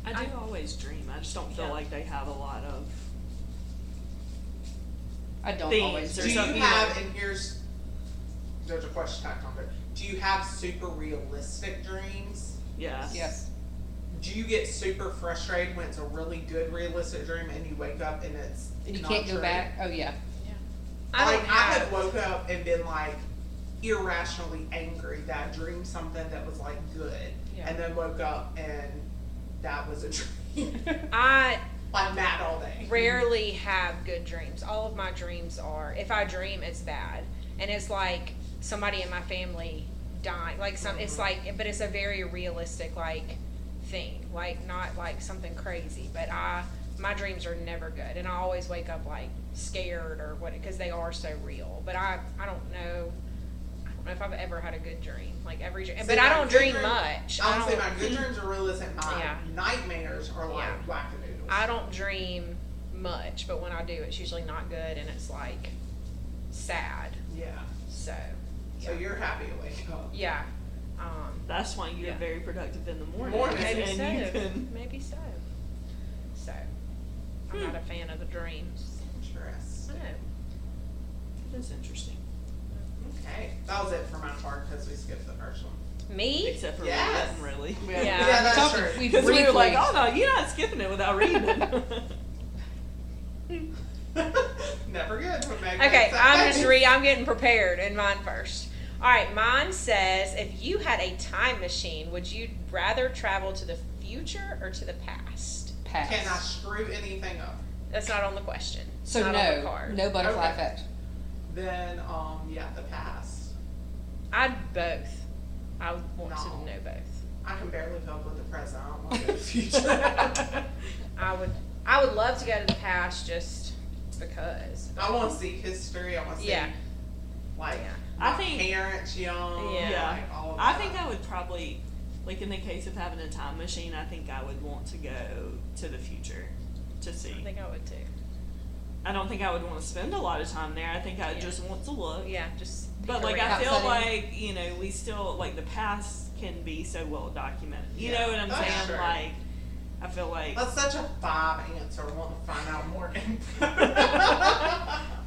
Speaker 3: memory.
Speaker 4: I do always dream. I just don't feel
Speaker 5: Yeah.
Speaker 4: like they have a lot of.
Speaker 2: I don't
Speaker 4: Themes
Speaker 2: always
Speaker 4: or
Speaker 3: Do
Speaker 2: do.
Speaker 3: you
Speaker 4: something
Speaker 3: have and here's there's a question tacked on there. Do you have super realistic dreams?
Speaker 4: Yeah.
Speaker 2: Yes.
Speaker 3: Do you get super frustrated when it's a really good realistic dream and you wake up and it's
Speaker 2: And you
Speaker 3: not
Speaker 2: can't
Speaker 3: true?
Speaker 2: go back. Oh yeah.
Speaker 5: I
Speaker 3: like
Speaker 5: don't
Speaker 3: I
Speaker 5: have.
Speaker 3: had woke up and been like irrationally angry that I dreamed something that was like good,
Speaker 6: Yeah.
Speaker 3: and then woke up and that was a dream.
Speaker 6: I
Speaker 3: I'm mad all day.
Speaker 6: rarely have good dreams. All of my dreams are, if I dream, it's bad. And it's like somebody in my family dying. Like some, it's
Speaker 3: Mm-hmm.
Speaker 6: like, but it's a very realistic like thing. Like not like something crazy, but I my dreams are never good, and I always wake up like scared or what because they are so real. But I I don't know. I don't know if I've ever had a good dream. Like every dream,
Speaker 3: See,
Speaker 6: but
Speaker 3: my
Speaker 6: I don't
Speaker 3: good
Speaker 6: dream
Speaker 3: dream-
Speaker 6: much. I
Speaker 3: Honestly,
Speaker 6: don't.
Speaker 3: my good dreams are realistic. My
Speaker 6: Yeah.
Speaker 3: nightmares are like
Speaker 6: Yeah.
Speaker 3: wackadoodles.
Speaker 6: I don't dream much, but when I do, it's usually not good and it's like sad.
Speaker 3: yeah.
Speaker 6: So,
Speaker 3: So you're happy to wake up.
Speaker 6: yeah. Um,
Speaker 4: That's why you get
Speaker 6: Yeah.
Speaker 4: very productive in the morning.
Speaker 3: Morning.
Speaker 6: maybe
Speaker 4: And you
Speaker 6: so.
Speaker 4: can.
Speaker 6: Maybe so. So, I'm not a fan of the dreams.
Speaker 3: Interesting.
Speaker 6: I know.
Speaker 4: It is interesting.
Speaker 3: Okay, that was it for my part because we skipped the first one.
Speaker 6: Me?
Speaker 4: Except for
Speaker 3: Yes.
Speaker 4: reading, really.
Speaker 6: Yeah.
Speaker 2: We
Speaker 3: Yeah, that's
Speaker 2: talked-
Speaker 3: true.
Speaker 2: We
Speaker 4: Because we were like,
Speaker 2: briefly-
Speaker 4: oh no, you're not skipping it without reading it.
Speaker 3: Never good. when Meg
Speaker 6: Okay,
Speaker 3: wakes up.
Speaker 6: I'm just re. I'm getting prepared, and mine first. All right, mine says, if you had a time machine, would you rather travel to the future or to the past?
Speaker 2: Pass.
Speaker 3: Can I screw anything up?
Speaker 6: That's not on the question. It's
Speaker 2: So
Speaker 6: not on the
Speaker 2: no,
Speaker 6: card.
Speaker 2: no butterfly
Speaker 3: Okay.
Speaker 2: effect.
Speaker 3: Then, um, yeah, the past.
Speaker 6: I'd both. I would want to
Speaker 3: No.
Speaker 6: know both.
Speaker 3: I can barely cope with the present. I don't want to go to the future.
Speaker 6: I would. I would love to go to the past just because.
Speaker 3: I want to see history. I want to see
Speaker 6: Yeah.
Speaker 3: like
Speaker 6: Yeah.
Speaker 4: I
Speaker 3: my
Speaker 4: think-
Speaker 3: parents young.
Speaker 6: Yeah.
Speaker 4: Yeah.
Speaker 3: Like, all of
Speaker 4: I
Speaker 3: that.
Speaker 4: think I would probably, like in the case of having a time machine, I think I would want to go to the future to
Speaker 6: I
Speaker 4: see.
Speaker 6: think I would too.
Speaker 4: I don't think I would want to spend a lot of time there. I think I
Speaker 6: Yeah.
Speaker 4: just want to look.
Speaker 6: Yeah, just.
Speaker 4: But
Speaker 6: peek
Speaker 4: like
Speaker 6: around.
Speaker 4: I feel
Speaker 2: Outside in.
Speaker 4: like you know we still like the past can be so well documented. You know
Speaker 6: Oh,
Speaker 4: what I'm
Speaker 3: That's
Speaker 4: saying?
Speaker 3: true.
Speaker 4: Like I feel like
Speaker 3: that's such a five answer. I want to find out more info.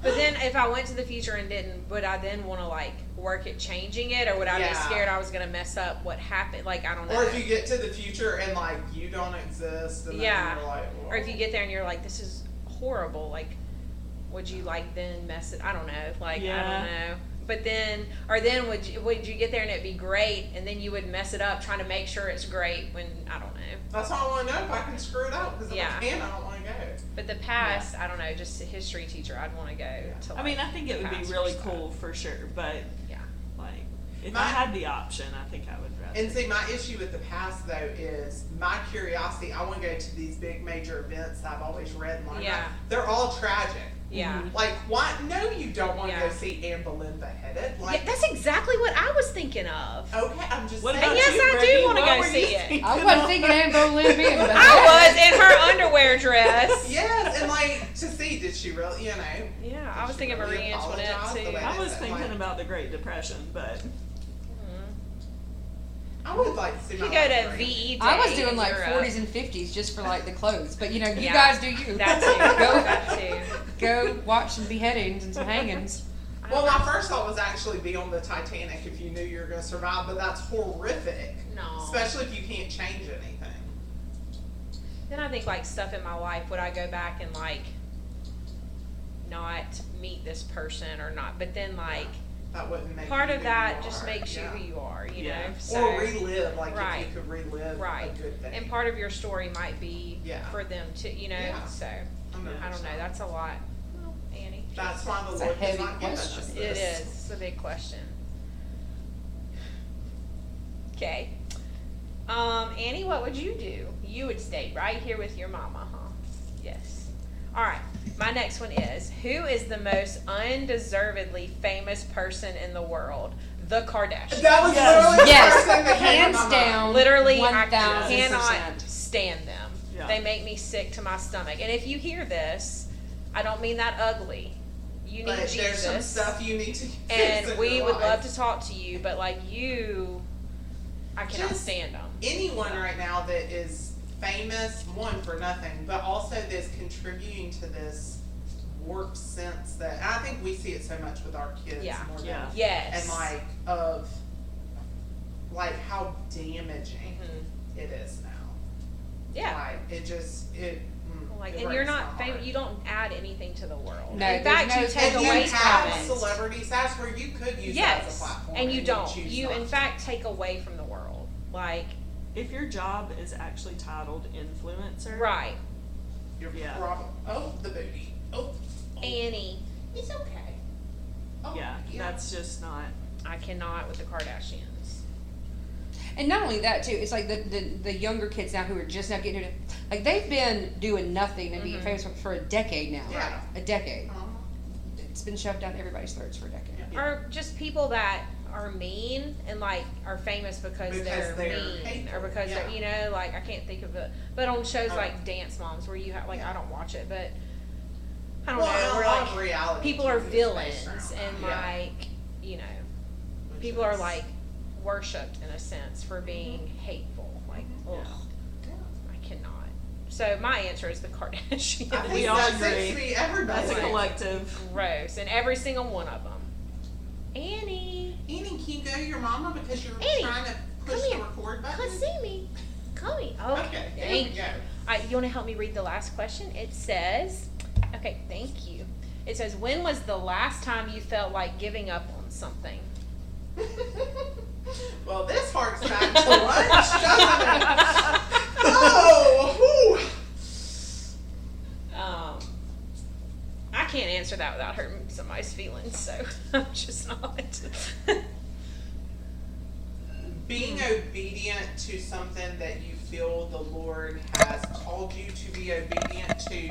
Speaker 6: But then, if I went to the future and didn't, would I then want to like work at changing it, or would I be
Speaker 3: Yeah.
Speaker 6: scared I was gonna mess up what happened? Like I don't know.
Speaker 3: or if you get to the future and like you don't exist, and then
Speaker 6: Yeah.
Speaker 3: you're like, well,
Speaker 6: Or if you get there and you're like, this is horrible, like, would you like then mess it? I don't know. Like, I
Speaker 4: Yeah.
Speaker 6: don't know. But then, or then would you, would you get there and it'd be great and then you would mess it up trying to make sure it's great when, I don't know.
Speaker 3: that's all I want to know if I can screw it up because
Speaker 6: Yeah.
Speaker 3: if I can, I don't want to go.
Speaker 6: But the past, I don't know, just a history teacher, I'd want to go to.
Speaker 4: I mean
Speaker 6: like,
Speaker 4: I think it would be
Speaker 6: past or
Speaker 4: really
Speaker 6: stuff.
Speaker 4: cool for sure. But
Speaker 6: Yeah.
Speaker 4: like if I
Speaker 3: My-
Speaker 4: had the option, I think I would rather.
Speaker 3: And see, my issue with the past though is my curiosity. I want to go to these big major events that I've always read. And learned about.
Speaker 6: Yeah.
Speaker 3: they're all tragic.
Speaker 6: Yeah.
Speaker 3: Like, why? No, you don't want to
Speaker 6: Yeah.
Speaker 3: go see Anne Boleyn beheaded.
Speaker 6: yeah.
Speaker 3: Like, Oh.
Speaker 6: That's exactly what I was thinking of.
Speaker 3: okay, I'm just
Speaker 4: what
Speaker 3: saying.
Speaker 4: about
Speaker 6: yes,
Speaker 4: you,
Speaker 6: I do
Speaker 4: Brittany?
Speaker 6: wanna
Speaker 4: What
Speaker 6: go
Speaker 4: were you
Speaker 6: see it.
Speaker 4: thinking
Speaker 2: I was
Speaker 4: of?
Speaker 2: thinking Anne Boleyn being. but
Speaker 6: I was in her underwear dress.
Speaker 3: Yes, and like to see, did she really? You know,
Speaker 6: Yeah,
Speaker 3: Did
Speaker 6: I was
Speaker 3: she
Speaker 6: thinking
Speaker 3: really
Speaker 6: Marie Antoinette
Speaker 3: apologize the
Speaker 6: too.
Speaker 3: way-
Speaker 4: I was
Speaker 3: Like-
Speaker 4: thinking about the Great Depression, but
Speaker 3: I would like to see.
Speaker 6: Mm-hmm. You
Speaker 3: my
Speaker 6: could go
Speaker 3: life
Speaker 6: to E
Speaker 3: dream.
Speaker 6: VE.
Speaker 2: I was
Speaker 6: Day
Speaker 2: doing
Speaker 6: in
Speaker 2: like
Speaker 6: Europe.
Speaker 2: 40s and 50s just for like the clothes, but you know, you
Speaker 6: Yeah.
Speaker 2: guys do you.
Speaker 6: That too. that too.
Speaker 2: go, go watch some beheadings and some hangings.
Speaker 3: Well, my first thought was actually be on the Titanic if you knew you were going to survive, but that's horrific,
Speaker 6: No.
Speaker 3: especially if you can't change anything.
Speaker 6: Then I think like stuff in my life. Would I go back and like not meet this person or not? But then like
Speaker 3: That wouldn't make
Speaker 6: part
Speaker 3: you
Speaker 6: of
Speaker 3: who
Speaker 6: that
Speaker 3: you
Speaker 6: just
Speaker 3: are.
Speaker 6: makes you
Speaker 3: Yeah.
Speaker 6: who you are. You
Speaker 4: Yeah.
Speaker 6: know.
Speaker 4: Or
Speaker 6: So
Speaker 3: or relive, like if
Speaker 6: Right.
Speaker 3: you could relive
Speaker 6: Right.
Speaker 3: a good thing.
Speaker 6: and part of your story might be
Speaker 3: Yeah.
Speaker 6: for them to you know.
Speaker 3: Yeah.
Speaker 6: So
Speaker 3: I'm not
Speaker 6: I don't know.
Speaker 3: sure.
Speaker 6: That's a lot. Well, Annie.
Speaker 3: That's why the
Speaker 2: It's a
Speaker 3: Lord has
Speaker 2: heavy
Speaker 3: not given us
Speaker 2: question.
Speaker 6: It
Speaker 3: this.
Speaker 6: is. It's a big question. Okay. Um, Annie, what would you do? You would stay right here with your mama, huh? Yes. All right. My next one is Who is the most undeservedly famous person in the world? The Kardashians.
Speaker 3: That was
Speaker 4: Yes.
Speaker 3: literally the
Speaker 2: Yes,
Speaker 3: first thing that came to
Speaker 2: hands
Speaker 3: my mind.
Speaker 2: down.
Speaker 6: Literally, I
Speaker 2: 1000%.
Speaker 6: cannot stand them.
Speaker 4: Yeah.
Speaker 6: They make me sick to my stomach. And if you hear this, I don't mean that ugly. you
Speaker 3: but
Speaker 6: need
Speaker 3: there's some
Speaker 6: Jesus,
Speaker 3: stuff you need to fix in
Speaker 6: and we
Speaker 3: your
Speaker 6: would
Speaker 3: life.
Speaker 6: love to talk to you, but like you, I cannot
Speaker 3: Just-
Speaker 6: stand them.
Speaker 3: anyone right now that is famous, one for nothing, but also that's contributing to this warped sense that I think we see it so much with our kids
Speaker 6: Yeah.
Speaker 3: more
Speaker 4: Yeah.
Speaker 3: than
Speaker 6: Yes.
Speaker 3: and like of like how damaging
Speaker 6: Mhm.
Speaker 3: it is now.
Speaker 6: yeah.
Speaker 3: Like it just it mm, it
Speaker 6: Like, and you're
Speaker 3: breaks my
Speaker 6: not famous.
Speaker 3: heart.
Speaker 6: You don't add anything to the world.
Speaker 2: No,
Speaker 6: In
Speaker 2: there's
Speaker 6: fact,
Speaker 2: no-
Speaker 6: you
Speaker 2: And
Speaker 6: take
Speaker 3: and
Speaker 6: away
Speaker 3: you
Speaker 6: from
Speaker 3: have
Speaker 6: it.
Speaker 3: celebrities. That's where you could use that as a
Speaker 6: yes,
Speaker 3: platform.
Speaker 6: and you don't.
Speaker 3: choose
Speaker 6: You,
Speaker 3: not
Speaker 6: in
Speaker 3: to.
Speaker 6: fact, take away from the world. Like,
Speaker 4: If your job is actually titled influencer,
Speaker 6: right,
Speaker 3: you're
Speaker 4: Yeah.
Speaker 3: prob- oh the booty. Oh, oh,
Speaker 6: Annie, it's okay.
Speaker 3: oh,
Speaker 4: Yeah, that's just not.
Speaker 6: I cannot with the Kardashians.
Speaker 2: And not only that too, it's like the, the, the younger kids now who are just now getting into like they've been doing nothing and being
Speaker 6: Mhm.
Speaker 2: famous for, for a decade now.
Speaker 3: Yeah.
Speaker 2: A decade.
Speaker 3: Uh-huh.
Speaker 2: It's been shoved down everybody's throats for a decade.
Speaker 3: Yeah.
Speaker 6: Or just people that are mean and like are famous because,
Speaker 3: Because
Speaker 6: they're,
Speaker 3: they're
Speaker 6: mean or
Speaker 3: hateful,
Speaker 6: because
Speaker 3: yeah.
Speaker 6: they're you know like I can't think of it. But on shows
Speaker 3: Oh.
Speaker 6: like Dance Moms where you have like I don't watch it, but I don't
Speaker 3: well, and
Speaker 6: know.
Speaker 3: a
Speaker 6: Where
Speaker 3: lot of
Speaker 6: like
Speaker 3: reality
Speaker 6: people are
Speaker 3: TV is based
Speaker 6: villains
Speaker 3: around
Speaker 6: and
Speaker 3: that. Yeah.
Speaker 6: like you know
Speaker 3: Which
Speaker 6: people are
Speaker 3: is- Mm-hmm.
Speaker 6: like worshipped in a sense for being hateful. Like
Speaker 4: Mhm.
Speaker 6: ugh,
Speaker 3: Yeah.
Speaker 6: I cannot. So my answer is the
Speaker 3: I
Speaker 6: Kardashians.
Speaker 3: think
Speaker 4: all
Speaker 3: that seems to
Speaker 4: agree.
Speaker 3: be everybody.
Speaker 4: That's a collective.
Speaker 6: Gross, and every single one of them. Annie.
Speaker 3: Annie, can you go to your mama because you're
Speaker 6: Annie,
Speaker 3: trying to
Speaker 6: come
Speaker 3: push the
Speaker 6: here.
Speaker 3: record button?
Speaker 6: Come see me. Come here. Okay.
Speaker 3: Okay, there we
Speaker 6: Thank
Speaker 3: go.
Speaker 6: you. I, you want to help me read the last question? It says, okay, thank you. It says, when was the last time you felt like giving up on something?
Speaker 3: well, this harks back to lunch, doesn't it? Oh, whew.
Speaker 6: Um, I can't answer that without hurting somebody's feelings, so I'm just not.
Speaker 3: being
Speaker 6: Hmm.
Speaker 3: obedient to something that you feel the Lord has called you to be obedient to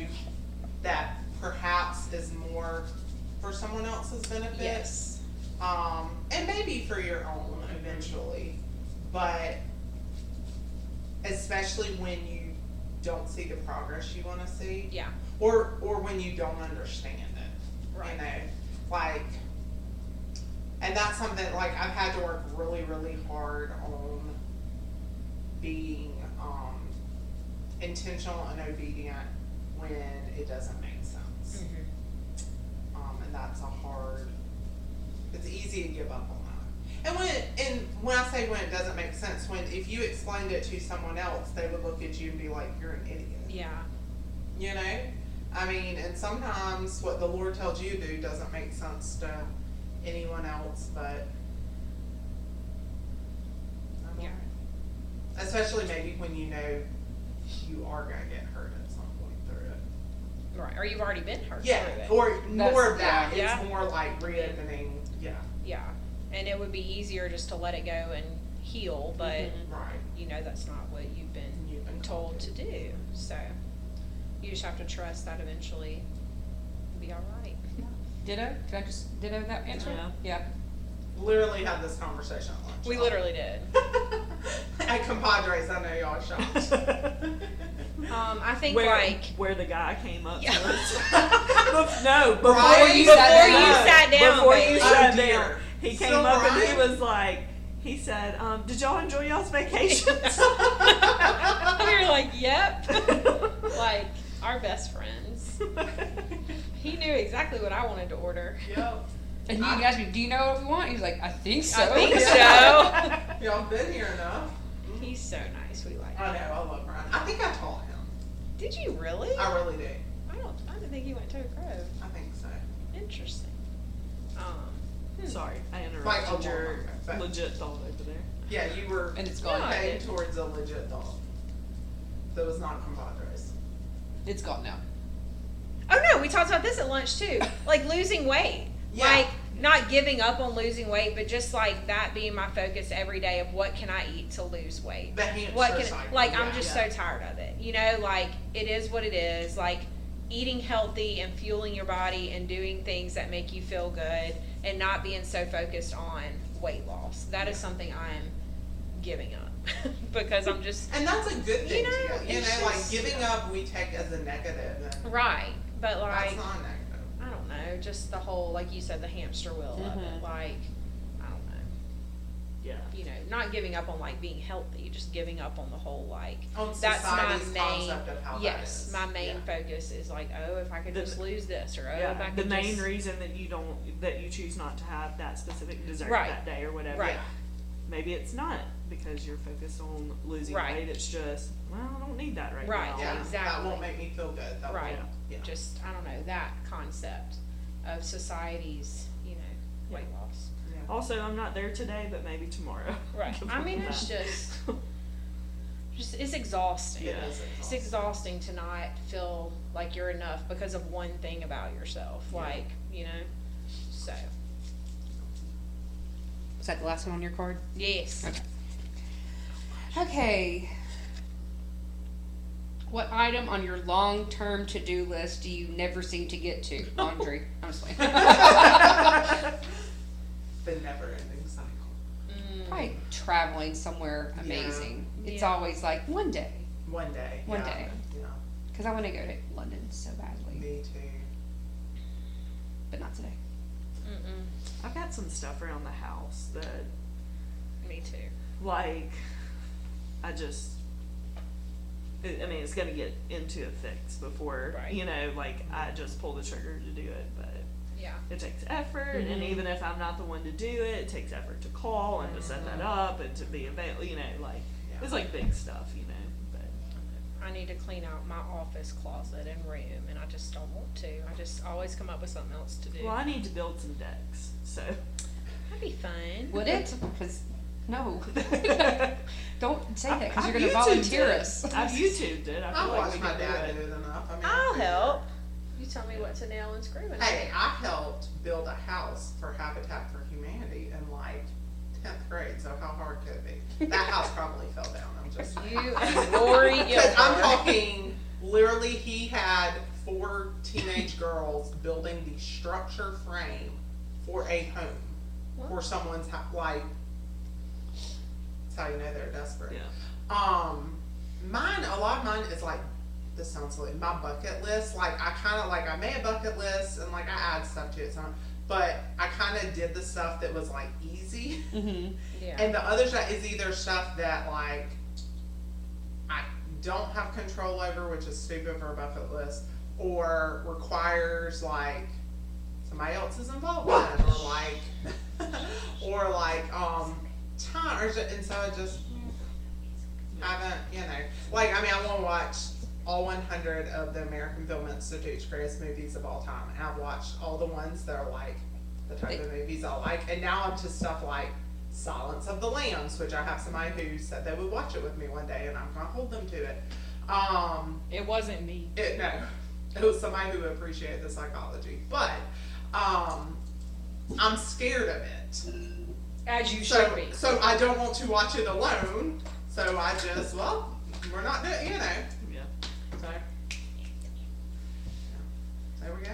Speaker 3: that perhaps is more for someone else's benefit.
Speaker 6: yes.
Speaker 3: Um, and maybe for your own eventually, but especially when you don't see the progress you want to see
Speaker 6: Yeah.
Speaker 3: or or when you don't understand it you
Speaker 6: Right.
Speaker 3: know, like, and that's something like I've had to work really, really hard on being um, intentional and obedient when it doesn't make sense.
Speaker 6: Mhm.
Speaker 3: Um, and that's a hard. It's easy to give up on that. And when and when I say when it doesn't make sense, when if you explained it to someone else, they would look at you and be like, "You're an idiot."
Speaker 6: Yeah.
Speaker 3: You know? I mean, and sometimes what the Lord tells you to do doesn't make sense to anyone else, but. I don't
Speaker 6: Yeah.
Speaker 3: know. Especially maybe when you know you are going to get hurt at some point through it.
Speaker 6: Right. Or you've already been hurt.
Speaker 3: Yeah,
Speaker 6: through it.
Speaker 3: or more of that.
Speaker 6: yeah.
Speaker 3: It's more like reopening. Yeah,
Speaker 6: Yeah. And it would be easier just to let it go and heal, but
Speaker 3: right.
Speaker 6: you know that's not what you've been
Speaker 3: You've been
Speaker 6: told to do. So you just have to trust that eventually it'll be all right.
Speaker 2: Ditto? Did I just ditto that answer?
Speaker 4: Yeah.
Speaker 2: Yeah.
Speaker 3: Literally had this conversation at lunch.
Speaker 6: We literally did.
Speaker 3: At compadres, I know y'all are shocked.
Speaker 6: Um, I think
Speaker 4: where
Speaker 6: like
Speaker 4: where the guy came up
Speaker 6: Yeah.
Speaker 4: to us. Bef- no, before
Speaker 3: Brian,
Speaker 4: you
Speaker 3: before
Speaker 4: sat
Speaker 6: you
Speaker 4: down.
Speaker 6: sat down,
Speaker 4: Before you
Speaker 6: baby.
Speaker 4: sat
Speaker 3: Oh, dear.
Speaker 4: down. He came
Speaker 3: So,
Speaker 4: up and he
Speaker 3: Brian-
Speaker 4: was like, he said, um, "Did y'all enjoy y'all's vacation?"
Speaker 6: we were like, Yep. like our best friends. He knew exactly what I wanted to order.
Speaker 3: Yep.
Speaker 2: And you
Speaker 3: I-
Speaker 2: asked me, Do you know what we want? He's like, I think so.
Speaker 6: I think so.
Speaker 4: Yeah.
Speaker 3: Y'all been here enough.
Speaker 6: He's so nice. We like.
Speaker 3: I know,
Speaker 6: him.
Speaker 3: I love Brian. I think I taught him.
Speaker 6: Did you really?
Speaker 3: I really do.
Speaker 6: I don't. I didn't think you went to a grove.
Speaker 3: I think so.
Speaker 6: Interesting. Um,
Speaker 4: Sorry, I
Speaker 3: Like a
Speaker 4: interrupted
Speaker 3: long
Speaker 4: your
Speaker 3: one, but-
Speaker 4: legit thought over there.
Speaker 3: Yeah, you were
Speaker 2: And it's gone.
Speaker 6: Yeah.
Speaker 3: heading towards a legit dog. That was not compadres.
Speaker 2: It's gone now.
Speaker 6: oh no, we talked about this at lunch too. Like losing weight.
Speaker 3: Yeah.
Speaker 6: Like not giving up on losing weight, but just like that being my focus every day of what can I eat to lose weight.
Speaker 3: The hamster
Speaker 6: What can
Speaker 3: cycle.
Speaker 6: like
Speaker 3: yeah,
Speaker 6: I'm just so tired of it. You know, like it is what it is. Like eating healthy and fueling your body and doing things that make you feel good and not being so focused on weight loss. That is something I'm giving up because I'm just
Speaker 3: And that's a good thing
Speaker 6: You know,
Speaker 3: to get. You know,
Speaker 6: it's
Speaker 3: like
Speaker 6: just-
Speaker 3: giving up we take as a negative and
Speaker 6: Right, but like
Speaker 3: that's not a negative.
Speaker 6: I don't know. know, just the whole, like you said, the hamster wheel of
Speaker 3: Mm-hmm.
Speaker 6: it. Like, I don't know,
Speaker 4: Yeah.
Speaker 6: you know, not giving up on like being healthy, just giving up on the whole like.
Speaker 3: On
Speaker 6: That's my
Speaker 3: society's
Speaker 6: main-
Speaker 3: concept of how
Speaker 6: Yes,
Speaker 3: that
Speaker 6: my
Speaker 3: is.
Speaker 6: main focus is like, oh, if I could
Speaker 4: The-
Speaker 6: just lose this, or oh, if I
Speaker 4: Yeah.
Speaker 6: could
Speaker 4: The main
Speaker 6: just,
Speaker 4: reason that you don't that you choose not to have that specific dessert
Speaker 6: Right.
Speaker 4: that day or whatever.
Speaker 6: Right.
Speaker 4: Maybe it's not because you're focused on losing
Speaker 6: Right.
Speaker 4: weight. It's just well, I don't need that right,
Speaker 6: Right.
Speaker 4: now.
Speaker 3: Yeah, that
Speaker 6: Exactly.
Speaker 3: won't make me feel good. That
Speaker 6: Right.
Speaker 3: won't- Yeah.
Speaker 6: just I don't know that concept of society's, you know, weight loss.
Speaker 4: Also, I'm not there today, but maybe tomorrow.
Speaker 6: Right. I mean, it's just, just it's exhausting.
Speaker 4: Yeah.
Speaker 3: It is
Speaker 6: It's
Speaker 3: exhausting.
Speaker 6: exhausting to not feel like you're enough because of one thing about yourself, like you know. So
Speaker 7: Is that the last one on your card?
Speaker 6: yes,
Speaker 2: Okay. What item on your long term to do list do you never seem to get to? Laundry. I'm just like,
Speaker 3: The never ending cycle.
Speaker 6: Mm,
Speaker 2: probably traveling somewhere amazing. It's always like one day.
Speaker 3: One day.
Speaker 2: One
Speaker 3: yeah,
Speaker 2: day.
Speaker 3: Yeah.
Speaker 2: Because I want to go to London so badly,
Speaker 3: Me too.
Speaker 2: but not today.
Speaker 6: mm,
Speaker 4: I've got some stuff around the house that
Speaker 6: me too.
Speaker 4: like I just it, I mean it's gonna get into a fix before
Speaker 6: Right.
Speaker 4: you know like I just pull the trigger to do it but
Speaker 6: Yeah,
Speaker 4: it takes effort
Speaker 3: Mm-hmm.
Speaker 4: and even if I'm not the one to do it it takes effort to call and to set that up and to be available you know like it's like big stuff you know but
Speaker 6: I need to clean out my office closet and room, and I just don't want to. I just always come up with something else to do.
Speaker 4: well I need to build some decks so
Speaker 6: That'd be fun.
Speaker 2: Would it? Because no. Don't say that because
Speaker 4: I-
Speaker 2: you're going to
Speaker 4: I YouTubed
Speaker 2: volunteer
Speaker 4: it.
Speaker 2: us.
Speaker 4: I've YouTubed it I
Speaker 3: I
Speaker 4: feel like
Speaker 3: watched
Speaker 4: we
Speaker 3: my
Speaker 4: can
Speaker 3: dad
Speaker 4: do
Speaker 3: do
Speaker 4: it
Speaker 3: it enough. I mean,
Speaker 6: I'll help. You tell me what to nail and screw in.
Speaker 3: Hey, I helped build a house for Habitat for Humanity in like 10th grade, so how hard could it be? That house probably fell down. I'm just.
Speaker 6: You and Lori
Speaker 3: Because
Speaker 6: Gilmore.
Speaker 3: I'm talking, literally, he had four teenage girls building the structure frame for a home for someone's house. Like, that's how you know they're desperate.
Speaker 4: yeah
Speaker 3: Um, mine, a lot of mine is like, this sounds silly, my bucket list. Like, I kind of like, I made a bucket list and like I add stuff to it. So but I kind of did the stuff that was like easy.
Speaker 6: Yeah.
Speaker 3: And the other stuff is either stuff that like I don't have control over, which is stupid for a bucket list, or requires like somebody else is involved in, or like, or like um time, or ju- and so I just I haven't, you know, like I mean I want to watch all 100 of the American Film Institute's greatest movies of all time, and I've watched all the ones that are like the type of movies I like, and now I'm to stuff like Silence of the Lambs, which I have somebody who said they would watch it with me one day, and I'm gonna hold them to it. Um,
Speaker 6: It wasn't me.
Speaker 3: it no, it was somebody who appreciated the psychology, but um, I'm scared of it.
Speaker 6: As you
Speaker 3: So,
Speaker 6: should be.
Speaker 3: so I don't want to watch it alone. So I just well, we're not doing, you know.
Speaker 4: yeah
Speaker 3: So there we go.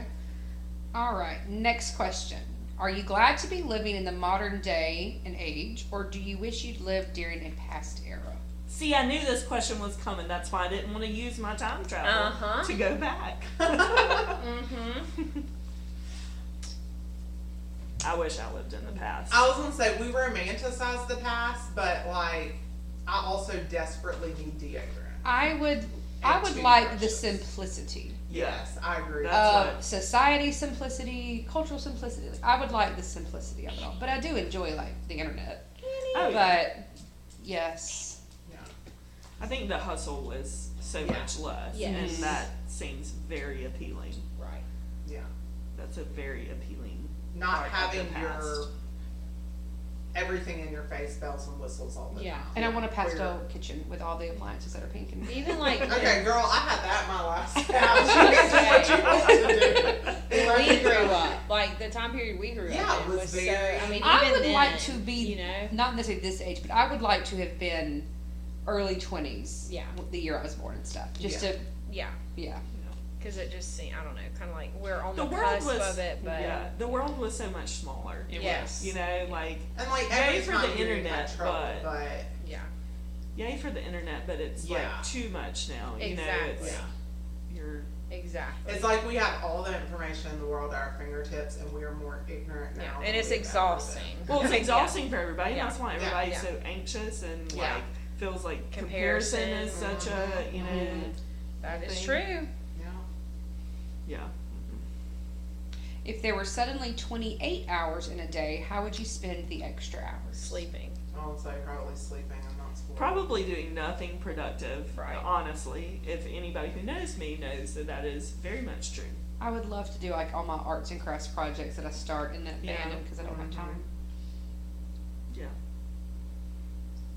Speaker 2: All right, next question. Are you glad to be living in the modern day and age, or do you wish you'd lived during a past era?
Speaker 4: See, I knew this question was coming. That's why I didn't want to use my time travel
Speaker 6: Uh-huh.
Speaker 4: to go back. I wish I lived in the past.
Speaker 3: I was gonna say we romanticize the past, but like I also desperately need deodorant.
Speaker 2: I would, I would
Speaker 3: Actually,
Speaker 2: like the
Speaker 3: precious.
Speaker 2: simplicity
Speaker 3: Yes, I agree.
Speaker 4: That's
Speaker 2: of
Speaker 4: what-
Speaker 2: society, simplicity, cultural simplicity. I would like the simplicity of it all, but I do enjoy like the internet.
Speaker 4: Oh, yeah.
Speaker 2: But yes,
Speaker 3: yeah.
Speaker 4: I think the hustle is so
Speaker 3: Yeah.
Speaker 4: much less, and
Speaker 6: Yes.
Speaker 4: that seems very appealing.
Speaker 6: Right.
Speaker 3: yeah.
Speaker 4: That's a very appealing.
Speaker 3: Not
Speaker 4: Part of
Speaker 3: having
Speaker 4: the
Speaker 3: your
Speaker 4: past.
Speaker 3: everything in your face, bells and whistles all the
Speaker 6: Yeah.
Speaker 3: time.
Speaker 2: and I want a pastel kitchen with all the appliances that are pink and.
Speaker 6: Even like
Speaker 3: Okay, girl, I had that in my last house. You guys do what you want to do.
Speaker 6: we grew up, like the time period we grew
Speaker 3: Yeah,
Speaker 6: up
Speaker 3: it
Speaker 6: in
Speaker 3: was
Speaker 6: was, so.
Speaker 3: very-
Speaker 6: I mean, even
Speaker 2: I would
Speaker 6: then,
Speaker 2: like to be,
Speaker 6: You know.
Speaker 2: not necessarily this age, but I would like to have been early twenties.
Speaker 6: Yeah.
Speaker 2: The year I was born and stuff, just to,
Speaker 6: Yeah.
Speaker 2: yeah.
Speaker 6: Because it just seemed, I don't know, kind of like we're on the,
Speaker 4: The world
Speaker 6: cusp
Speaker 4: was,
Speaker 6: of it, but
Speaker 4: yeah, the world was so much smaller.
Speaker 6: yes,
Speaker 4: You know, like
Speaker 3: And like
Speaker 4: Yay
Speaker 3: every
Speaker 4: for
Speaker 3: time
Speaker 4: the
Speaker 3: you're in
Speaker 4: internet,
Speaker 3: trouble,
Speaker 4: but-
Speaker 6: yeah,
Speaker 4: yay for the internet, but it's
Speaker 3: Yeah.
Speaker 4: like too much now. You know,
Speaker 6: Exactly.
Speaker 4: it's you're
Speaker 6: Exactly.
Speaker 3: It's like we have all the information in the world at our fingertips, and we are more ignorant now.
Speaker 6: yeah.
Speaker 3: than
Speaker 6: And it's
Speaker 3: we've ever
Speaker 6: exhausting.
Speaker 3: been.
Speaker 4: Well, it's
Speaker 6: Yeah.
Speaker 4: exhausting for everybody. and
Speaker 6: Yeah.
Speaker 4: That's why
Speaker 3: Yeah.
Speaker 4: everybody's
Speaker 6: Yeah.
Speaker 4: so anxious and
Speaker 6: Yeah.
Speaker 4: like feels like comparison, is
Speaker 6: Comparison.
Speaker 4: such a you know
Speaker 6: That is
Speaker 4: thing.
Speaker 6: true.
Speaker 3: Yeah.
Speaker 4: yeah.
Speaker 2: If there were suddenly 28 hours in a day, how would you spend the extra hours?
Speaker 6: Sleeping.
Speaker 3: I would say Oh, probably sleeping and not schooling.
Speaker 4: Probably doing nothing productive.
Speaker 6: Right.
Speaker 4: Honestly, if anybody who knows me knows that that is very much true.
Speaker 2: I would love to do like all my arts and crafts projects that I start and then
Speaker 4: Yeah.
Speaker 2: abandon because I don't have
Speaker 4: Mm-hmm.
Speaker 2: time.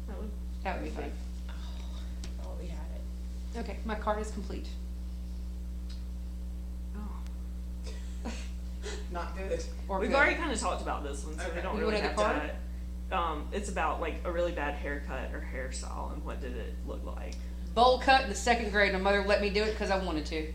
Speaker 4: That would
Speaker 2: That would be fun.
Speaker 6: Mm-hmm. Oh, we had it.
Speaker 2: Okay, my card is complete.
Speaker 3: Not good.
Speaker 2: Or
Speaker 4: We've
Speaker 2: good.
Speaker 4: already kind of talked about this one, so we
Speaker 3: Okay.
Speaker 4: don't
Speaker 2: You
Speaker 4: really
Speaker 2: wanted
Speaker 4: have
Speaker 2: the
Speaker 4: to. Um, it's about like a really bad haircut or hairstyle and what did it look like.
Speaker 2: bowl cut in the second grade. and My mother let me do it because I wanted to.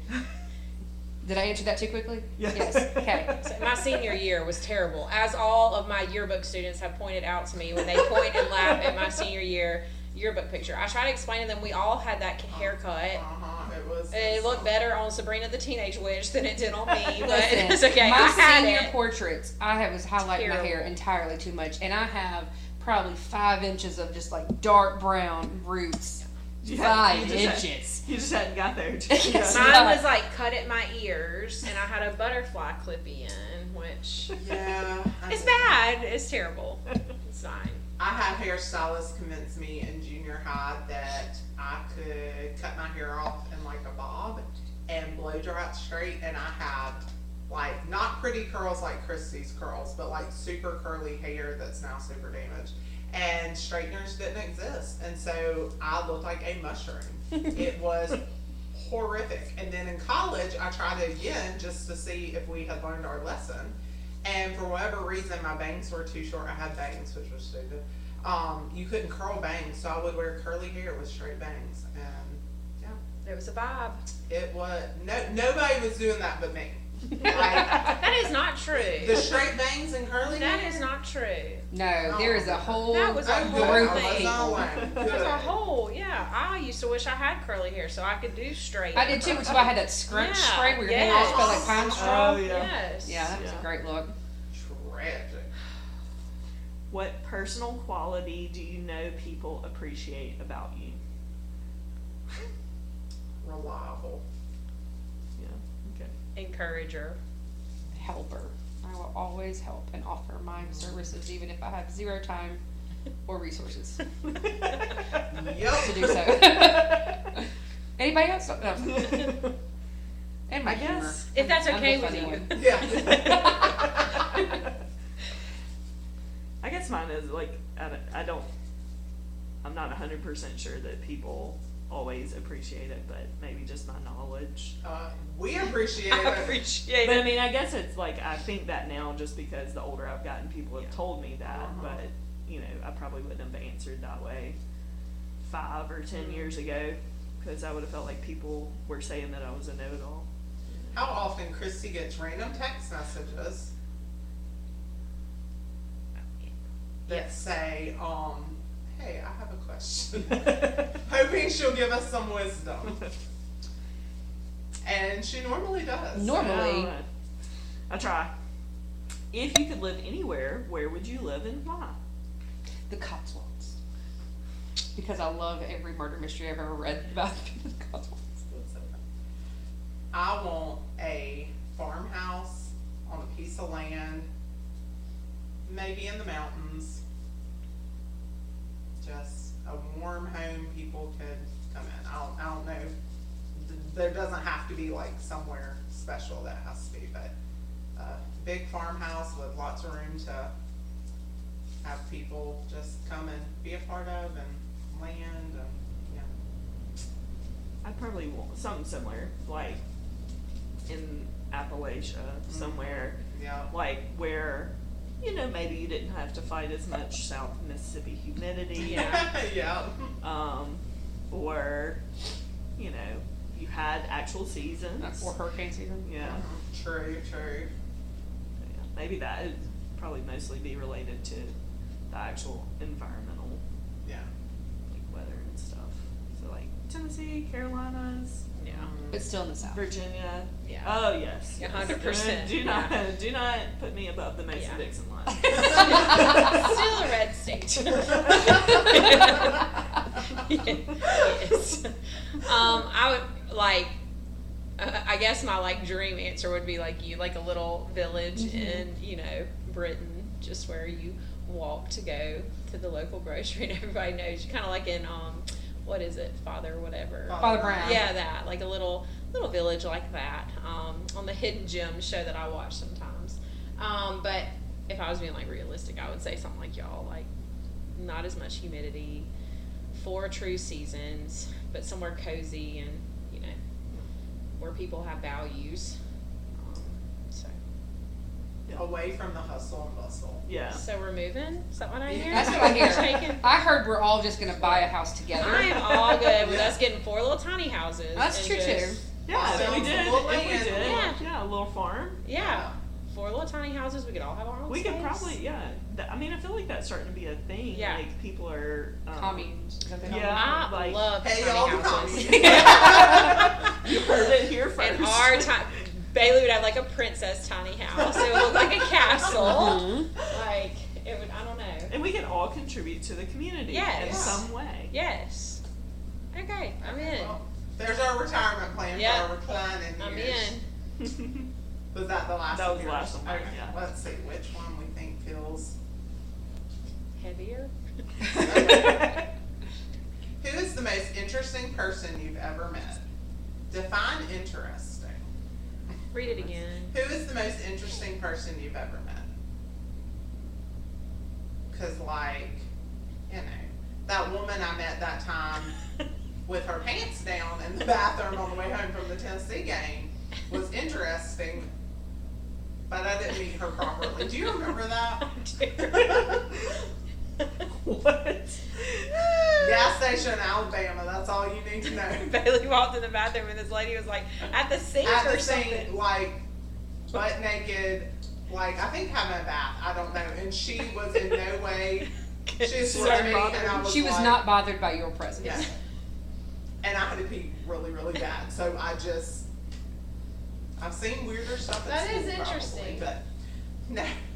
Speaker 2: Did I answer that too quickly? Okay.
Speaker 6: So my senior year was terrible, as all of my yearbook students have pointed out to me when they point and laugh at my senior year yearbook picture. I try to explain to them we all had that haircut.
Speaker 3: Uh-huh, it was.
Speaker 6: It looked better on Sabrina the Teenage Witch than it did on me, but
Speaker 2: Listen,
Speaker 6: it's okay.
Speaker 2: My
Speaker 6: I had
Speaker 2: senior
Speaker 6: it.
Speaker 2: portraits, I have was highlighting my hair
Speaker 6: Terrible.
Speaker 2: entirely too much, and I have probably five inches of just like dark brown roots.
Speaker 4: You
Speaker 2: Five
Speaker 4: you just had-
Speaker 2: inches.
Speaker 4: you just hadn't got there.
Speaker 2: Yes.
Speaker 4: Yeah.
Speaker 6: Mine was like cut at my ears, and I had a butterfly clip in, which
Speaker 3: Yeah. I
Speaker 6: it's
Speaker 3: mean,
Speaker 6: bad. It's terrible. It's fine.
Speaker 3: I had hairstylists convince me in junior high that I could cut my hair off in like a bob and blow dry it straight, and I had like not pretty curls like Christie's curls, but like super curly hair that's now super damaged. And straighteners didn't exist, and so I looked like a mushroom. it was horrific. And then in college, I tried it again just to see if we had learned our lesson. And for whatever reason, my bangs were too short. I had bangs, which was stupid. Um, you couldn't curl bangs, so I would wear curly hair with straight bangs, and
Speaker 6: It was a vibe.
Speaker 3: it was no nobody was doing that but me. Like,
Speaker 6: That is not true.
Speaker 3: the straight bangs and curly
Speaker 6: That
Speaker 3: hair.
Speaker 6: is not true.
Speaker 2: No, there is a whole.
Speaker 6: Oh. That was a
Speaker 3: I'm good.
Speaker 6: whole
Speaker 3: I
Speaker 2: Group
Speaker 3: was
Speaker 6: thing.
Speaker 3: on one.
Speaker 6: That was
Speaker 3: Good.
Speaker 6: a whole, yeah. I used to wish I had curly hair so I could do straight.
Speaker 2: I did too, which is why I had that scrunch
Speaker 6: Yeah,
Speaker 2: spray where your hair
Speaker 6: yes.
Speaker 2: was felt like pine straw.
Speaker 4: Oh yeah.
Speaker 6: Yes.
Speaker 2: yeah, that was
Speaker 4: Yeah.
Speaker 2: a great look.
Speaker 3: Tragic.
Speaker 4: What personal quality do you know people appreciate about you?
Speaker 3: Reliable.
Speaker 6: Encourager.
Speaker 2: Helper. I will always help and offer my services, even if I have zero time or resources to
Speaker 3: Yep.
Speaker 2: do so. Anybody else? No, I'm sorry. And my
Speaker 4: I
Speaker 2: humor.
Speaker 4: guess.
Speaker 6: If that's
Speaker 2: I'm the
Speaker 6: okay with
Speaker 2: funny
Speaker 6: you.
Speaker 2: one.
Speaker 3: Yeah.
Speaker 4: I guess mine is like I don't, I don't I'm not 100% sure that people always appreciate it, but maybe just my knowledge.
Speaker 3: uh, we appreciate
Speaker 6: I
Speaker 3: it.
Speaker 6: appreciate
Speaker 4: But I
Speaker 6: it.
Speaker 4: mean, I guess it's like I think that now just because the older I've gotten, people have told me that, but you know, I probably wouldn't have answered that way five or 10 years ago because I would have felt like people were saying that I was a know it all.
Speaker 3: How often Christy gets random text messages that say, um, hey, I have a question. Hoping she'll give us some wisdom. And she normally does.
Speaker 2: Normally,
Speaker 4: I, try. If you could live anywhere, where would you live and why?
Speaker 2: the Cotswolds. Because I love every murder mystery I've ever read about the Cotswolds.
Speaker 3: I want a farmhouse on a piece of land, maybe in the mountains. Just a warm home people could come in. I don't, I don't know. Th- There doesn't have to be like somewhere special that has to be, but a big farmhouse with lots of room to have people just come and be a part of and land and, yeah.
Speaker 4: I'd probably want something similar, like in Appalachia, somewhere
Speaker 3: Yeah,
Speaker 4: like where, you know, maybe you didn't have to fight as much South Mississippi humidity,
Speaker 3: yeah.
Speaker 4: um, or you know, you had actual seasons.
Speaker 2: Or hurricane season.
Speaker 4: Yeah,
Speaker 3: True, true.
Speaker 4: yeah. maybe that would probably mostly be related to the actual environmental
Speaker 3: Yeah.
Speaker 4: like weather and stuff. So like Tennessee, Carolinas,
Speaker 6: Yeah.
Speaker 3: Mhm.
Speaker 2: but still in the south.
Speaker 4: Virginia.
Speaker 6: Yeah.
Speaker 4: Oh yes.
Speaker 6: A
Speaker 4: yes.
Speaker 6: hundred percent,
Speaker 4: Do not do not put me above the Mason Dixon line.
Speaker 6: Still a red state. yes. Um, I would like. Uh, I guess my like dream answer would be like you, like a little village
Speaker 2: Mm-hmm.
Speaker 6: in you know Britain, just where you walk to go to the local grocery and everybody knows you. Kind of like in um, what is it, Father whatever.
Speaker 2: Father Brown.
Speaker 6: Yeah, that like a little little village like that um, on the Hidden Gem show that I watch sometimes. Um, but if I was being like realistic, I would say something like y'all like not as much humidity, four true seasons, but somewhere cozy and you know where people have values. Um, so
Speaker 3: Away from the hustle and bustle.
Speaker 4: Yeah.
Speaker 6: so we're moving. Is that what I hear?
Speaker 2: That's what I hear.
Speaker 6: Shaking.
Speaker 2: I heard we're all just gonna buy a house together.
Speaker 6: I am all good with us getting four little tiny houses.
Speaker 2: That's
Speaker 6: and
Speaker 2: true, too.
Speaker 6: just-
Speaker 4: Yeah, if we
Speaker 3: Sounds
Speaker 4: did.
Speaker 3: a little
Speaker 4: If we
Speaker 3: land.
Speaker 4: did,
Speaker 6: Yeah.
Speaker 4: yeah. a little farm.
Speaker 6: Yeah, four little tiny houses. We could all have our own.
Speaker 4: We could
Speaker 6: space.
Speaker 4: probably, yeah. Th- I mean, I feel like that's starting to be a thing.
Speaker 6: Yeah.
Speaker 4: Like people are. Um,
Speaker 2: Communes. is that what they call
Speaker 4: Yeah.
Speaker 6: I
Speaker 4: like-
Speaker 6: love
Speaker 3: Hey, y'all,
Speaker 6: tiny
Speaker 3: the
Speaker 6: houses.
Speaker 4: You heard it here first.
Speaker 6: And our time, Bailey would have like a princess tiny house. It would look like a castle. Like it would. I don't know.
Speaker 4: And we can all contribute to the community in
Speaker 6: Yes.
Speaker 4: some way.
Speaker 6: Yes. Okay, I'm in.
Speaker 3: Well, there's our retirement plan
Speaker 6: Yeah.
Speaker 3: for our reclining
Speaker 6: I'm
Speaker 3: years.
Speaker 6: in.
Speaker 3: Was that the last
Speaker 4: That
Speaker 3: of
Speaker 4: was the
Speaker 3: yours?
Speaker 4: last of mine,
Speaker 3: Okay,
Speaker 4: yeah.
Speaker 3: Let's see which one we think feels.
Speaker 6: Heavier.
Speaker 3: Who is the most interesting person you've ever met? Define interesting.
Speaker 6: Read it again.
Speaker 3: Who is the most interesting person you've ever met? Because, like, you know, that woman I met that time with her pants down in the bathroom on the way home from the Tennessee game was interesting, but I didn't meet her properly. Do you remember that?
Speaker 4: what?
Speaker 3: Gas station, Alabama. That's all you need to know.
Speaker 6: Bailey walked in the bathroom and this lady was like at the sink
Speaker 3: at
Speaker 6: or
Speaker 3: the
Speaker 6: something.
Speaker 3: same like butt naked, like I think having a bath. I don't know. And she was in no way. She was
Speaker 4: So
Speaker 3: swimming, and I
Speaker 4: bothered.
Speaker 3: was
Speaker 2: She was
Speaker 3: like-
Speaker 2: not bothered by your presence.
Speaker 3: Yeah. And I had to pee really, really bad. So I just, I've seen weirder stuff. at
Speaker 6: That is
Speaker 3: school
Speaker 6: interesting.
Speaker 3: Probably,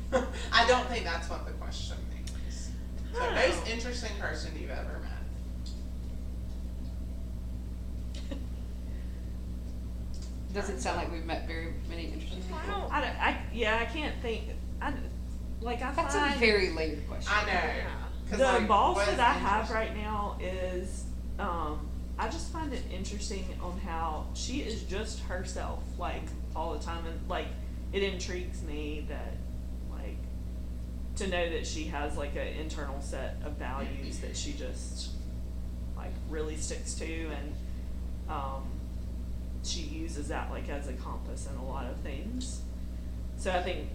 Speaker 3: but no, I don't think that's what the question means. So most interesting person you've ever met.
Speaker 2: Doesn't sound like we've met very many interesting people.
Speaker 6: I don't.
Speaker 4: I, don't, I yeah, I can't think. I like I
Speaker 2: That's a
Speaker 4: find
Speaker 2: very layered question.
Speaker 3: I know.
Speaker 6: Yeah.
Speaker 3: 'cause,
Speaker 4: the
Speaker 3: like,
Speaker 4: boss
Speaker 3: what's
Speaker 4: that I have
Speaker 3: interesting?
Speaker 4: right now is, um, I just find it interesting on how she is just herself, like all the time, and like it intrigues me that, like, to know that she has like an internal set of values that she just, like, really sticks to, and, um, she uses that like as a compass in a lot of things. So I think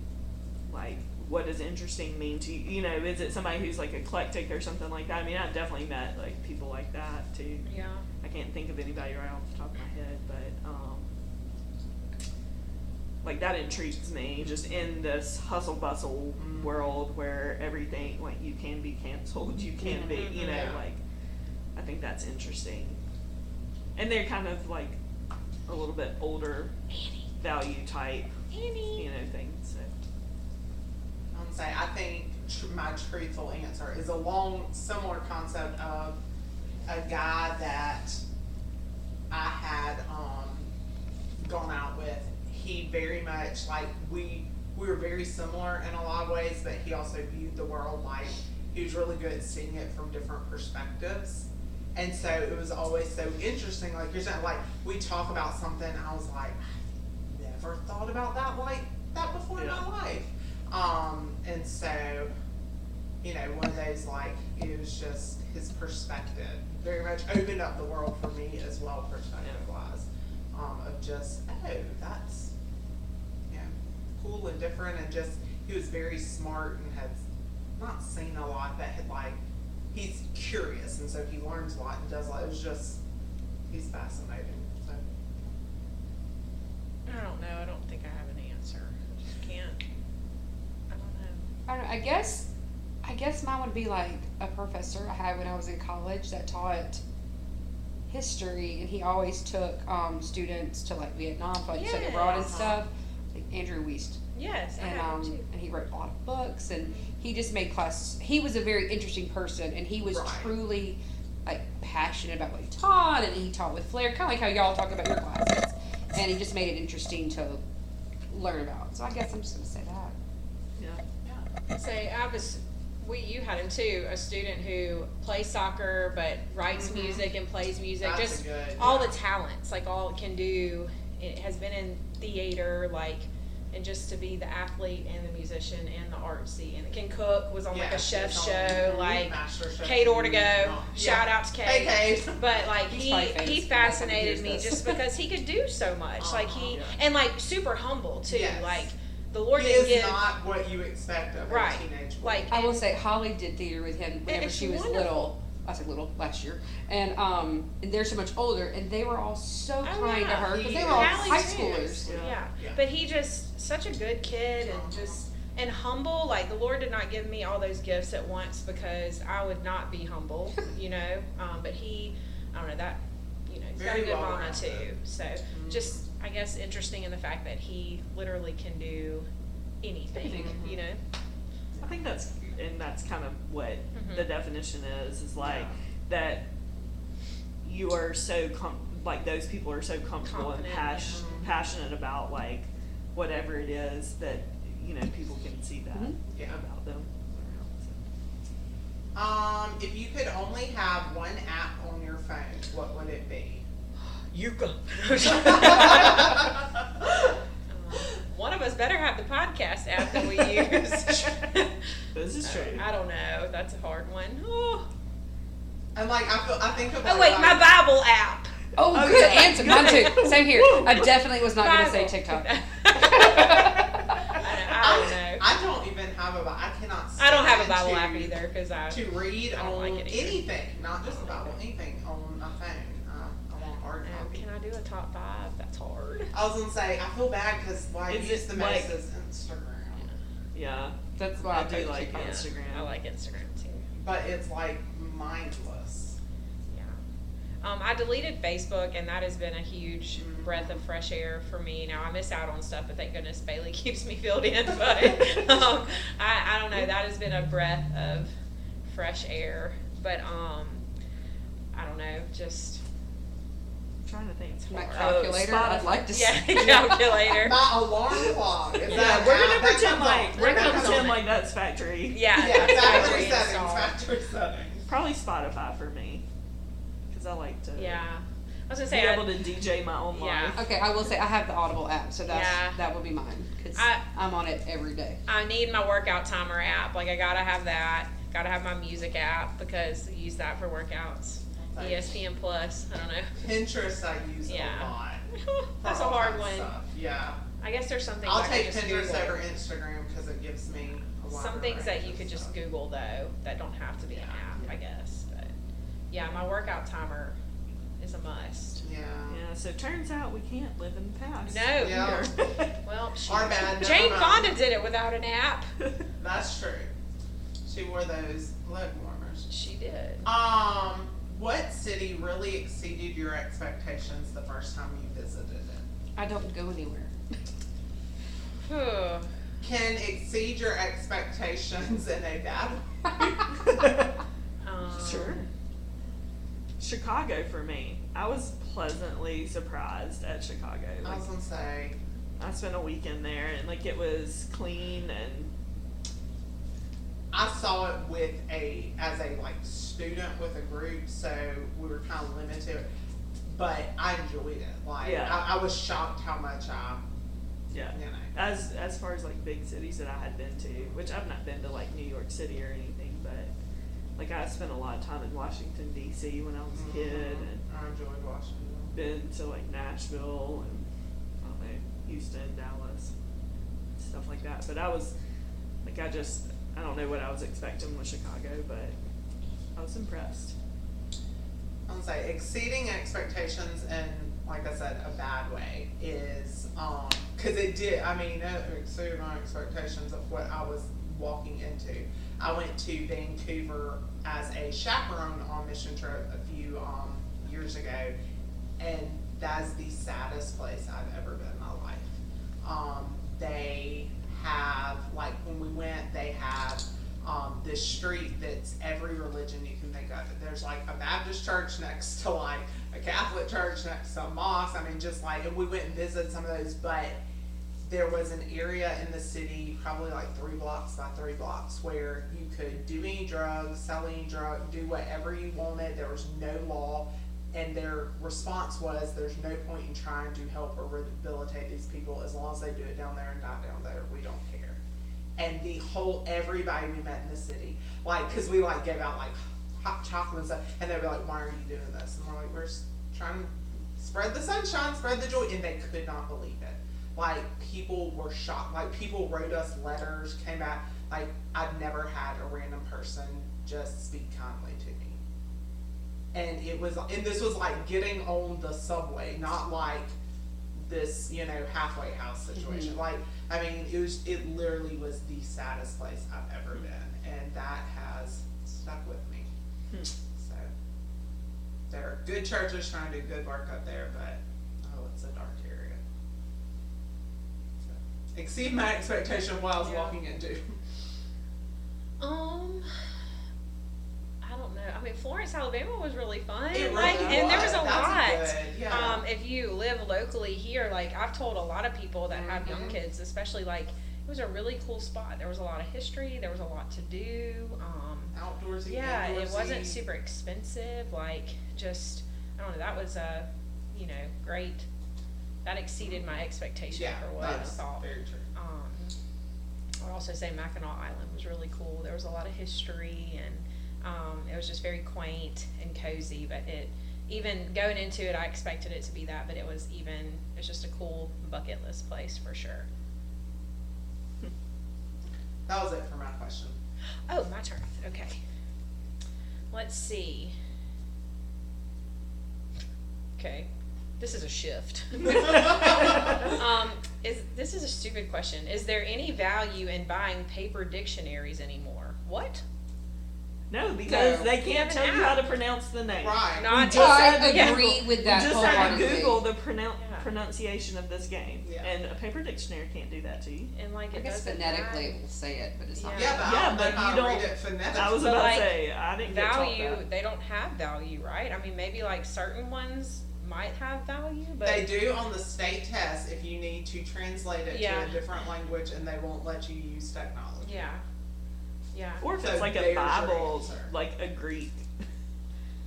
Speaker 4: like what does interesting mean to you? You know, is it somebody who's like eclectic or something like that? I mean, I've definitely met like people like that too.
Speaker 6: Yeah.
Speaker 4: I can't think of anybody right off the top of my head, but um, like that intrigues me just in this hustle bustle world where everything like you can be canceled, you can be, you know,
Speaker 3: Yeah.
Speaker 4: like I think that's interesting. And they're kind of like a little bit older value type, you know, things. So.
Speaker 3: I'm gonna say I think tr- my truthful answer is along similar concept of a guy that I had um, gone out with. He very much like we we were very similar in a lot of ways, but he also viewed the world like he was really good at seeing it from different perspectives. And so it was always so interesting. Like you're saying, like we talk about something, I was like, I've never thought about that like that before in
Speaker 4: Yeah.
Speaker 3: my life. Um, and so, you know, one of those like it was just his perspective very much opened up the world for me as well, perspective wise, um, of just oh that's you know cool and different and just he was very smart and had not seen a lot but had like he's curious and so he learns a lot and does a lot. It was just he's fascinating. So
Speaker 6: I don't know. I don't think I have an answer. I just can't. I don't know.
Speaker 2: I, don't know, I guess, I guess mine would be like a professor I had when I was in college that taught history, and he always took um, students to like Vietnam, for, like you study abroad and
Speaker 6: Yeah.
Speaker 2: stuff. Like Andrew Wiest
Speaker 6: Yes, I
Speaker 2: and
Speaker 6: have
Speaker 2: um,
Speaker 6: too.
Speaker 2: and he wrote a lot of books and he just made class he was a very interesting person and he was
Speaker 3: Right.
Speaker 2: truly like passionate about what he taught and he taught with flair kind of like how y'all talk about your classes and he just made it interesting to learn about so i guess i'm just going to say that
Speaker 6: Say, I was, we, you had him too, a student who plays soccer but writes
Speaker 2: Mm-hmm.
Speaker 6: music and plays music.
Speaker 3: That's
Speaker 6: just
Speaker 3: a good-
Speaker 6: all
Speaker 3: yeah.
Speaker 6: the talents, like all it can do. It has been in theater, like, and just to be the athlete and the musician and the artsy and can cook was on like
Speaker 3: Yeah,
Speaker 6: a chef
Speaker 3: she's
Speaker 6: show,
Speaker 3: on
Speaker 6: like
Speaker 3: Master Chef.
Speaker 6: Kate Ortego.
Speaker 3: Yeah.
Speaker 6: Shout out to Kate.
Speaker 3: Hey, Kate.
Speaker 6: But like
Speaker 2: He's
Speaker 6: he
Speaker 2: probably famous
Speaker 6: he
Speaker 2: for
Speaker 6: fascinated
Speaker 2: that.
Speaker 6: me
Speaker 2: He hears
Speaker 6: just because he could do so much. Like he
Speaker 3: Uh-huh.
Speaker 6: and like super humble too.
Speaker 3: Yes.
Speaker 6: Like the Lord
Speaker 3: He
Speaker 6: didn't
Speaker 3: is
Speaker 6: give
Speaker 3: not what you expect of
Speaker 6: Right.
Speaker 3: a teenage boy.
Speaker 6: like
Speaker 2: i will say holly did theater with him whenever
Speaker 6: it's
Speaker 2: she was
Speaker 6: wonderful.
Speaker 2: little i said little last year and um and they're so much older and they were all so kind to
Speaker 6: yeah.
Speaker 2: her because
Speaker 3: He
Speaker 2: they were
Speaker 3: is.
Speaker 2: all
Speaker 6: Hallie's
Speaker 2: high
Speaker 6: too.
Speaker 2: schoolers
Speaker 6: Yeah.
Speaker 3: Yeah.
Speaker 6: But he just such a good kid and just and humble. Like the Lord did not give me all those gifts at once because I would not be humble, you know. Um, but he, I don't know that, you know, he's got
Speaker 3: Very
Speaker 6: a
Speaker 3: Mm-hmm.
Speaker 6: good mama
Speaker 3: well-rounded.
Speaker 6: too. So just I guess interesting in the fact that he literally can do anything, you know.
Speaker 4: I think that's and that's kind of what
Speaker 6: Mm-hmm.
Speaker 4: the definition is is like that you are so com- like those people are so comfortable
Speaker 6: Confident,
Speaker 4: and pas- passionate about like whatever it is that you know people can see that
Speaker 3: Yeah.
Speaker 4: about them.
Speaker 3: Um, if you could only have one app on your phone, what would it be?
Speaker 6: You go. Mm-hmm. Um, One of us better have the podcast app that we use.
Speaker 4: This is true.
Speaker 6: I don't know. That's a hard one. Oh,
Speaker 3: And like I feel, I think of.
Speaker 6: Oh,
Speaker 3: like,
Speaker 6: wait, my Bible app.
Speaker 2: Oh,
Speaker 4: Oh,
Speaker 2: good
Speaker 4: yeah.
Speaker 2: answer. Mine too. Same here. I definitely was not going to say
Speaker 6: Bible.
Speaker 2: TikTok.
Speaker 6: I, know, I don't
Speaker 3: I,
Speaker 6: know.
Speaker 3: I don't even have a Bible. I cannot.
Speaker 6: I don't have a
Speaker 3: stand
Speaker 6: Bible
Speaker 3: to-
Speaker 6: app either because I.
Speaker 3: To read
Speaker 6: I don't
Speaker 3: on
Speaker 6: like it either.
Speaker 3: anything, not just a Bible, anything on my phone. Uh, I want hard
Speaker 6: No,
Speaker 3: copy.
Speaker 6: Can I do a top five? That's hard.
Speaker 3: I was gonna say I feel bad because why
Speaker 4: Is
Speaker 3: use
Speaker 4: it
Speaker 3: the
Speaker 4: like-
Speaker 3: most is Instagram,
Speaker 4: Yeah,
Speaker 2: That's why
Speaker 4: I
Speaker 2: I
Speaker 4: do
Speaker 2: picked
Speaker 4: like
Speaker 6: Yeah,
Speaker 4: Instagram.
Speaker 6: I like Instagram too.
Speaker 3: but it's like mindless.
Speaker 6: Yeah. Um, I deleted Facebook, and that has been a huge breath of fresh air for me. Now I miss out on stuff, but thank goodness Bailey keeps me filled in. But um, I, I don't know. That has been a breath of fresh air. But um, I don't know. Just
Speaker 4: I'm trying to think.
Speaker 2: my
Speaker 6: Oh,
Speaker 2: calculator. I'd like to
Speaker 6: yeah,
Speaker 2: see.
Speaker 6: calculator.
Speaker 3: My alarm clock. Is that
Speaker 4: Yeah, we're gonna
Speaker 3: app? That
Speaker 4: pretend
Speaker 3: comes on-
Speaker 4: like we're
Speaker 3: that
Speaker 4: gonna
Speaker 3: comes
Speaker 4: pretend
Speaker 3: on-
Speaker 4: like that's factory.
Speaker 6: Yeah,
Speaker 3: Yeah,
Speaker 6: that's
Speaker 3: factory
Speaker 6: factory
Speaker 3: settings.
Speaker 6: installed.
Speaker 3: Factory settings.
Speaker 4: Probably Spotify for me, because I like to
Speaker 6: Yeah, I was gonna
Speaker 4: be
Speaker 6: say I,
Speaker 4: able to DJ my own
Speaker 6: Yeah.
Speaker 4: life.
Speaker 2: Okay, I will say I have the Audible app, so that's
Speaker 6: Yeah.
Speaker 2: that will be mine because
Speaker 6: I-
Speaker 2: I'm on it every day.
Speaker 6: I need my workout timer app. Like I gotta have that. Gotta have my music app because I use that for workouts. E ESPN Plus. I don't know.
Speaker 3: Pinterest I use a
Speaker 6: Yeah.
Speaker 3: lot. for
Speaker 6: That's a
Speaker 3: all
Speaker 6: hard
Speaker 3: kinds of
Speaker 6: one.
Speaker 3: stuff. Yeah.
Speaker 6: I guess there's some things
Speaker 3: Oh, I'll
Speaker 6: I could
Speaker 3: take
Speaker 6: just
Speaker 3: Pinterest
Speaker 6: Google.
Speaker 3: over Instagram because it gives me a lot
Speaker 6: Some things that you could just Google though that don't have to be an
Speaker 3: Yeah.
Speaker 6: app, I guess. But yeah, my workout timer is a must.
Speaker 3: Yeah.
Speaker 4: Yeah, so turns out we can't live in the past.
Speaker 6: No.
Speaker 3: Yeah.
Speaker 6: Well, shoot.
Speaker 3: Our bad. never
Speaker 6: Jane
Speaker 3: mind.
Speaker 6: Fonda did it without an app.
Speaker 3: That's true. She wore those leg warmers.
Speaker 6: She did.
Speaker 3: Um, what city really exceeded your expectations the first time you visited it?
Speaker 2: I don't go anywhere.
Speaker 6: Whew.
Speaker 3: Can exceed your expectations in a bad
Speaker 6: Um,
Speaker 4: sure. Chicago for me. I was pleasantly surprised at Chicago.
Speaker 3: I
Speaker 4: Like,
Speaker 3: was gonna say,
Speaker 4: I spent a weekend there and like it was clean and
Speaker 3: I saw it with a as a like student with a group, so we were kind of limited, but I enjoyed it. Like
Speaker 4: Yeah.
Speaker 3: I, I was shocked how much I,
Speaker 4: yeah.
Speaker 3: you know,
Speaker 4: As as far as like big cities that I had been to, which I've not been to like New York City or anything, but like I spent a lot of time in Washington D.C. when I was a kid and
Speaker 3: I enjoyed Washington.
Speaker 4: been to like Nashville and I don't know, Houston, Dallas, stuff like that. But I was like, I just I don't know what I was expecting with Chicago, but I was impressed.
Speaker 3: I'm gonna say exceeding expectations and like I said, a bad way is um because it did. I mean, it exceeded my expectations of what I was walking into. I went to Vancouver as a chaperone on mission trip a few um years ago, and that's the saddest place I've ever been in my life. Um, they have like when we went, they have um, this street that's every religion you can think of. There's like a Baptist church next to like a Catholic church next to a mosque. I mean, just like and we went and visited some of those, but there was an area in the city, probably like three blocks by three blocks, where you could do any drugs, sell any drug, do whatever you wanted. There was no law. And their response was, there's no point in trying to help or rehabilitate these people as long as they do it down there and not down there. We don't care. And the whole, everybody we met in the city, like, because we like gave out like hot chocolate and stuff, and they were like, why are you doing this? And we're like, we're s- trying to spread the sunshine, spread the joy. And they could not believe it like people were shocked like people wrote us letters came back like i've never had a random person just speak kindly to me and it was and this was like getting on the subway not like this you know halfway house
Speaker 6: Mm-hmm.
Speaker 3: situation like i mean it was it literally was the saddest place i've ever been and that has stuck with me
Speaker 6: Hmm.
Speaker 3: so there are good churches trying to do good work up there but oh it's a dark area exceed my expectation while I was walking into.
Speaker 6: Um, I don't know. I mean, Florence, Alabama was really fun.
Speaker 3: It
Speaker 6: like,
Speaker 3: really
Speaker 6: and there was a lot.
Speaker 3: That's good, yeah.
Speaker 6: Um, if you live locally here, like I've told a lot of people that have young
Speaker 3: Mhm.
Speaker 6: kids, especially like it was a really cool spot. There was a lot of history. There was a lot to do. Um,
Speaker 3: Outdoorsy.
Speaker 6: yeah, it wasn't
Speaker 3: indoorsy.
Speaker 6: super expensive. Like, just I don't know. That was a, you know, great. That exceeded my expectation
Speaker 3: Mm-hmm. Yeah,
Speaker 6: for what I
Speaker 3: that's
Speaker 6: thought.
Speaker 3: very true.
Speaker 6: Um, I would also say Mackinac Island was really cool. There was a lot of history, and um, it was just very quaint and cozy. But it, even going into it, I expected it to be that, but it was even. It's just a cool bucket list place for sure.
Speaker 3: That was it for my question.
Speaker 6: Oh, my turn. Okay. Let's see. Okay, this is a shift. um, is this is a stupid question? Is there any value in buying paper dictionaries anymore? What?
Speaker 4: No, because
Speaker 3: No.
Speaker 4: they can't
Speaker 6: It's
Speaker 4: tell you
Speaker 6: app.
Speaker 4: how to pronounce the name.
Speaker 3: Right.
Speaker 6: Not
Speaker 7: I
Speaker 4: Yeah.
Speaker 7: agree with
Speaker 4: We
Speaker 7: that
Speaker 4: just had to
Speaker 7: wholeheartedly.
Speaker 4: Google the pronoun-
Speaker 6: Yeah.
Speaker 4: pronunciation of this game,
Speaker 3: Yeah.
Speaker 4: and a paper dictionary can't do that to you.
Speaker 6: and like
Speaker 7: I
Speaker 6: it
Speaker 7: guess
Speaker 6: doesn't
Speaker 7: phonetically
Speaker 6: add
Speaker 7: it will say it, but it's not.
Speaker 6: Yeah.
Speaker 3: Yeah, but I don't know
Speaker 4: Yeah, but
Speaker 3: how
Speaker 4: you
Speaker 3: to read
Speaker 4: don't-
Speaker 3: it phonetically.
Speaker 4: I was
Speaker 6: But,
Speaker 4: about
Speaker 6: like,
Speaker 4: to say I didn't get taught
Speaker 6: value.
Speaker 4: that.
Speaker 6: They don't have value, right? I mean, maybe like certain ones might have value, but
Speaker 3: they do on the state test if you need to translate it
Speaker 6: Yeah.
Speaker 3: to a different language, and they won't let you use technology.
Speaker 6: yeah, yeah.
Speaker 4: Or if
Speaker 3: So
Speaker 4: it's like a
Speaker 3: there's your
Speaker 4: Bible,
Speaker 3: answer.
Speaker 4: like a Greek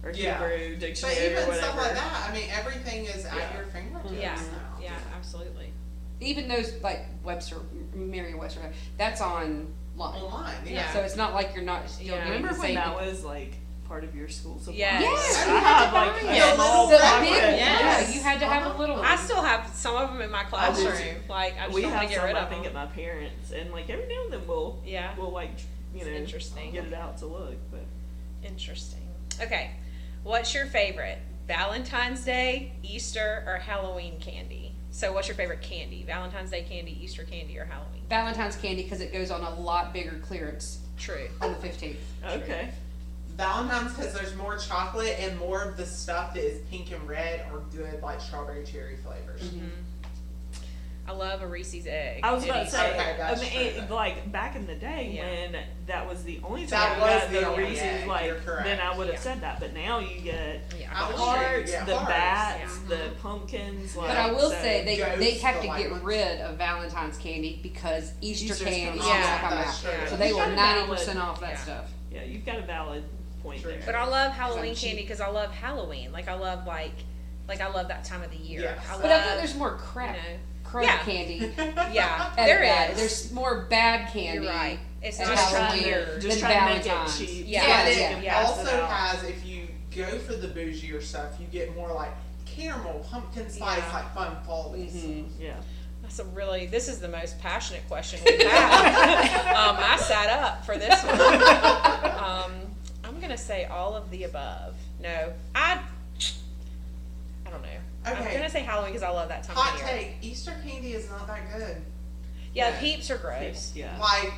Speaker 4: or
Speaker 3: Yeah.
Speaker 4: Hebrew
Speaker 3: But
Speaker 4: dictionary
Speaker 3: even
Speaker 4: or whatever.
Speaker 3: stuff like that, I mean, everything is at
Speaker 4: Yeah.
Speaker 3: your fingertips
Speaker 6: Yeah.
Speaker 3: now.
Speaker 6: Yeah, absolutely.
Speaker 7: Even those like Webster, Merriam Webster, that's online.
Speaker 3: Online, Oh, yeah.
Speaker 6: Yeah.
Speaker 7: So it's not like you're not still
Speaker 6: Yeah.
Speaker 7: doing
Speaker 4: Remember
Speaker 7: the
Speaker 4: when
Speaker 7: same
Speaker 4: that was like part of your school supply?
Speaker 6: Yes. Yes,
Speaker 4: I
Speaker 3: you had
Speaker 4: have
Speaker 3: to
Speaker 4: like
Speaker 3: buy
Speaker 4: a
Speaker 3: it.
Speaker 4: small
Speaker 3: The big
Speaker 4: pocket.
Speaker 3: one.
Speaker 6: Yes.
Speaker 7: Yeah, you had to have a little.
Speaker 6: I still have some of them in my
Speaker 4: I do,
Speaker 6: classroom. Like I just
Speaker 4: We
Speaker 6: don't want
Speaker 4: have
Speaker 6: to get
Speaker 4: some,
Speaker 6: rid
Speaker 4: I
Speaker 6: of
Speaker 4: think,
Speaker 6: them.
Speaker 4: at my parents, and like every now and then we'll
Speaker 6: Yeah,
Speaker 4: we'll like you
Speaker 6: It's
Speaker 4: know
Speaker 6: interesting.
Speaker 4: get it out to look, but
Speaker 6: interesting. Okay, what's your favorite Valentine's Day, Easter, or Halloween candy? So, what's your favorite candy? Valentine's Day candy, Easter candy, or Halloween?
Speaker 7: Valentine's candy because it goes on a lot bigger clearance
Speaker 6: True.
Speaker 7: on the fifteenth.
Speaker 4: okay.
Speaker 3: Valentine's because there's more chocolate and more of the stuff that is pink and red or good, like strawberry cherry flavors.
Speaker 6: I love a Reese's egg.
Speaker 4: I was
Speaker 6: It
Speaker 4: about to
Speaker 6: is-
Speaker 4: say,
Speaker 3: Okay,
Speaker 4: I
Speaker 3: that's
Speaker 4: mean,
Speaker 3: true
Speaker 4: it-
Speaker 3: then.
Speaker 4: like back in the day
Speaker 6: Yeah.
Speaker 4: when that was the only
Speaker 3: That
Speaker 4: time
Speaker 3: was
Speaker 4: you
Speaker 3: the
Speaker 4: got the
Speaker 3: only-
Speaker 4: Reese's,
Speaker 3: yeah, you're
Speaker 4: like then
Speaker 3: correct.
Speaker 4: I would have
Speaker 6: Yeah.
Speaker 4: said that, but now you get
Speaker 6: Yeah.
Speaker 3: I
Speaker 4: the
Speaker 3: will
Speaker 4: hearts,
Speaker 3: yeah,
Speaker 4: the
Speaker 3: hearts.
Speaker 4: bats,
Speaker 6: yeah.
Speaker 4: the pumpkins. Like,
Speaker 7: But I will
Speaker 4: so-
Speaker 7: say they
Speaker 3: Ghosts,
Speaker 7: they have
Speaker 3: the
Speaker 7: to
Speaker 3: light
Speaker 7: get
Speaker 3: ones.
Speaker 7: rid of Valentine's candy because Easter
Speaker 4: Easter's
Speaker 7: candy
Speaker 4: coming
Speaker 7: is
Speaker 6: off.
Speaker 7: gonna come
Speaker 3: That's
Speaker 7: out.
Speaker 6: true.
Speaker 7: So they
Speaker 4: It's
Speaker 7: were
Speaker 4: kinda valid.
Speaker 7: ninety percent off that
Speaker 6: Yeah.
Speaker 7: stuff.
Speaker 4: yeah, you've got a valid point
Speaker 3: True.
Speaker 4: there.
Speaker 6: But I love Halloween
Speaker 7: cheap.
Speaker 6: candy because I love Halloween. Like I love like, like I love that time of the year.
Speaker 3: Yes.
Speaker 6: I love,
Speaker 7: But I think there's more crap
Speaker 6: uh, you
Speaker 7: crap
Speaker 6: Yeah.
Speaker 7: candy.
Speaker 6: know, yeah,
Speaker 7: at
Speaker 6: there
Speaker 7: that.
Speaker 6: is.
Speaker 7: There's more bad
Speaker 6: You're
Speaker 7: candy.
Speaker 6: right. It's
Speaker 7: at
Speaker 6: not
Speaker 4: just
Speaker 6: as
Speaker 4: trying
Speaker 7: Halloween
Speaker 4: to,
Speaker 6: weird.
Speaker 4: just
Speaker 7: than
Speaker 4: trying to make it
Speaker 7: Valentine's.
Speaker 4: cheap.
Speaker 6: Yeah.
Speaker 3: But
Speaker 7: Yeah.
Speaker 3: it
Speaker 6: Yeah.
Speaker 3: also
Speaker 4: Yeah.
Speaker 3: has, if you go for the bougier stuff, you get more like caramel, pumpkin spice,
Speaker 6: Yeah. Mm-hmm.
Speaker 3: like fun follies.
Speaker 4: Yeah.
Speaker 6: That's a really. This is the most passionate question we've had. um, I sat up for this one. Um, I'm gonna say all of the above. No, I. I don't know. I'm
Speaker 3: Okay.
Speaker 6: gonna say Halloween because I love that time
Speaker 3: Hot
Speaker 6: of year.
Speaker 3: take: Easter candy is not that good.
Speaker 6: Yeah, the peeps are gross.
Speaker 4: Yeah.
Speaker 3: Like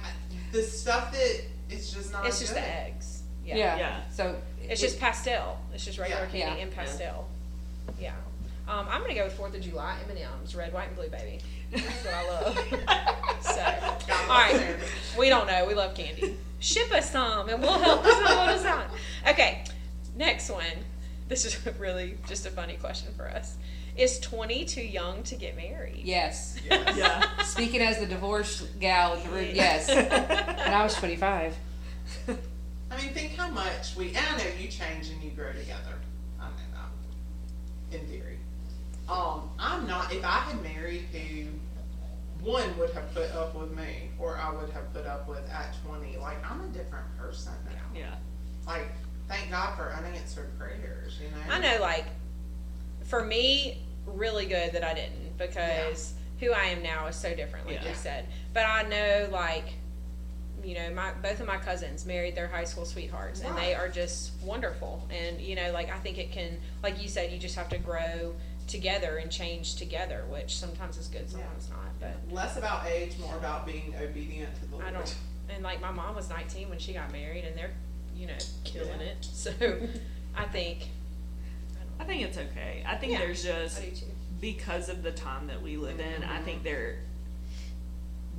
Speaker 3: the stuff that it's just not.
Speaker 6: It's just
Speaker 3: good.
Speaker 6: the eggs.
Speaker 7: Yeah.
Speaker 6: Yeah.
Speaker 4: Yeah.
Speaker 7: So
Speaker 6: It's just pastel. It's just regular
Speaker 3: Yeah,
Speaker 6: candy
Speaker 7: yeah.
Speaker 6: and
Speaker 4: Yeah.
Speaker 6: pastel. Yeah. Um, I'm gonna go with Fourth of July M and M's, red, white, and blue, baby. That's what I love. so, all right. We don't know. We love candy. Ship us some, and we'll help us out. us out. Okay. Next one. This is really just a funny question for us. Is 20 too young to get married?
Speaker 7: Yes.
Speaker 4: Yeah.
Speaker 7: Speaking as the divorced gal in the room, yes. And
Speaker 6: Yes.
Speaker 7: I was 25.
Speaker 3: I mean, think how much we. And I know you change and you grow together. I know that. In theory. Um, I'm not. If I had married who one would have put up with me or I would have put up with at 20, like, I'm a different person now.
Speaker 4: Yeah.
Speaker 3: Like, thank God for unanswered prayers, you know?
Speaker 6: I know, like, for me, really good that I didn't because who I am now is so different, like
Speaker 4: Yeah.
Speaker 6: you said. But I know, like, you know, my both of my cousins married their high school sweethearts, and they
Speaker 3: Right.
Speaker 6: are just wonderful. And you know, like I think it can, like you said, you just have to grow together and change together, which sometimes is good, sometimes not.
Speaker 3: Less about age, more about being obedient to the
Speaker 6: But
Speaker 3: Lord.
Speaker 6: I don't. And like my mom was 19 when she got married, and they're, you know, killing
Speaker 3: Yeah.
Speaker 6: it. So I think.
Speaker 4: I think it's okay. I think
Speaker 6: Yeah.
Speaker 4: there's just
Speaker 6: I do too.
Speaker 4: because of the time that we live in, I think there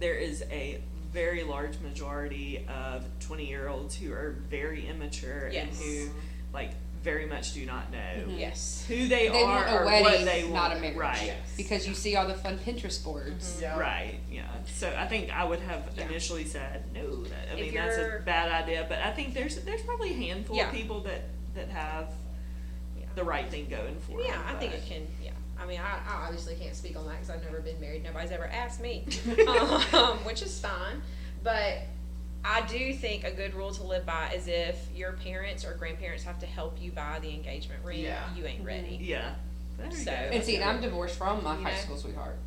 Speaker 4: there is a very large majority of 20 year olds who are very immature
Speaker 6: Yes. Mm-hmm.
Speaker 4: and who like very much do not know
Speaker 6: Yes.
Speaker 4: who they,
Speaker 7: They
Speaker 4: are
Speaker 7: want a
Speaker 4: or
Speaker 7: wedding,
Speaker 4: what they want.
Speaker 7: not a marriage.
Speaker 4: Right.
Speaker 3: Yes.
Speaker 7: Because you see all the fun Pinterest boards.
Speaker 3: Yeah.
Speaker 4: Right. Yeah. So I think I would have
Speaker 6: Yeah.
Speaker 4: initially said no. That, I
Speaker 6: If
Speaker 4: mean that's a
Speaker 6: you're-
Speaker 4: bad idea, but I think there's there's probably a handful
Speaker 6: Yeah.
Speaker 4: of people that that have
Speaker 6: Yeah.
Speaker 4: the right thing going for
Speaker 6: Yeah,
Speaker 4: them.
Speaker 6: I think
Speaker 4: but-
Speaker 6: it can. Yeah, I mean, I, I obviously can't speak on that because I've never been married. Nobody's ever asked me, um, which is fine. But I do think a good rule to live by is if your parents or grandparents have to help you buy the engagement ring,
Speaker 3: Yeah.
Speaker 6: you ain't ready.
Speaker 4: Yeah. Mm-hmm. There you
Speaker 6: So-
Speaker 4: go.
Speaker 7: And see, and I'm divorced from my
Speaker 6: Mm-hmm. You
Speaker 7: high
Speaker 6: know?
Speaker 7: school sweetheart.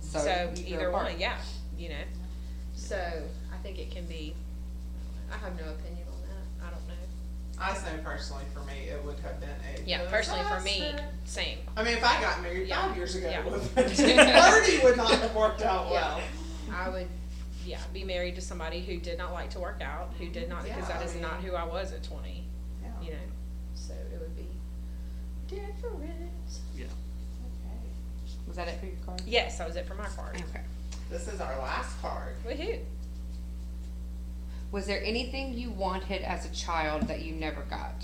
Speaker 7: So,
Speaker 6: So,
Speaker 7: we grew
Speaker 6: either
Speaker 7: apart.
Speaker 6: one, yeah, you know. So I think it can be. I have no opinion on that. I don't know.
Speaker 3: I say personally for me, it would have been a
Speaker 6: Yeah, personally for me,
Speaker 3: disaster.
Speaker 6: same.
Speaker 3: I mean, if I got married
Speaker 6: Yeah.
Speaker 3: five years ago,
Speaker 6: Yeah.
Speaker 3: it would have been- thirty would not have worked out
Speaker 6: Yeah.
Speaker 3: well.
Speaker 6: I would, yeah, be married to somebody who did not like to work out, who did not, because
Speaker 3: Yeah,
Speaker 6: that
Speaker 3: I
Speaker 6: is
Speaker 3: mean-
Speaker 6: not who I was at 20,
Speaker 3: Yeah.
Speaker 6: you know. So it would be different.
Speaker 7: Was that it for your card?
Speaker 6: Yes, that was it for my card.
Speaker 7: Okay.
Speaker 3: This is our last card.
Speaker 6: Woohoo.
Speaker 7: Was there anything you wanted as a child that you never got?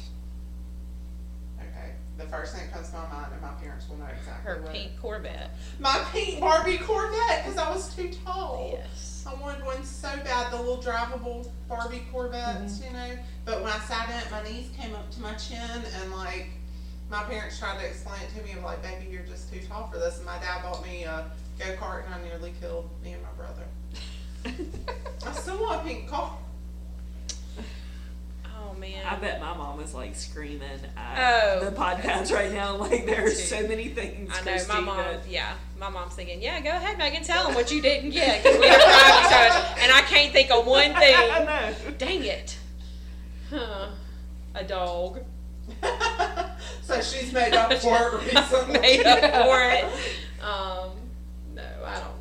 Speaker 3: Okay. The first thing that comes to my mind, and my parents will know exactly.
Speaker 6: Her
Speaker 3: what-
Speaker 6: pink Corvette.
Speaker 3: My pink Barbie Corvette, because I was too tall.
Speaker 6: Yes.
Speaker 3: I wanted one so bad, the little drivable Barbie Corvettes, you know. But when I sat in it, my knees came up to my chin, and like my parents tried to explain it to me. I'm like, baby, you're just too tall for this. And my dad bought me a go kart, and I nearly killed me and my brother. I still want a pink car.
Speaker 6: Oh, man.
Speaker 4: I bet my mom was like screaming at
Speaker 6: Oh.
Speaker 4: the podcast right now. Like there are so
Speaker 6: Dude.
Speaker 4: many things.
Speaker 6: I know
Speaker 4: Christy,
Speaker 6: my mom.
Speaker 4: that-
Speaker 6: Yeah, my mom's thinking, yeah, go ahead, Megan, tell them what you didn't get 'cause we have five episodes, and I can't think of one
Speaker 4: I
Speaker 6: thing.
Speaker 4: know.
Speaker 6: Dang it. Huh. A dog.
Speaker 3: so she's made up for it recently.
Speaker 6: made up for it. Um, no, I don't know.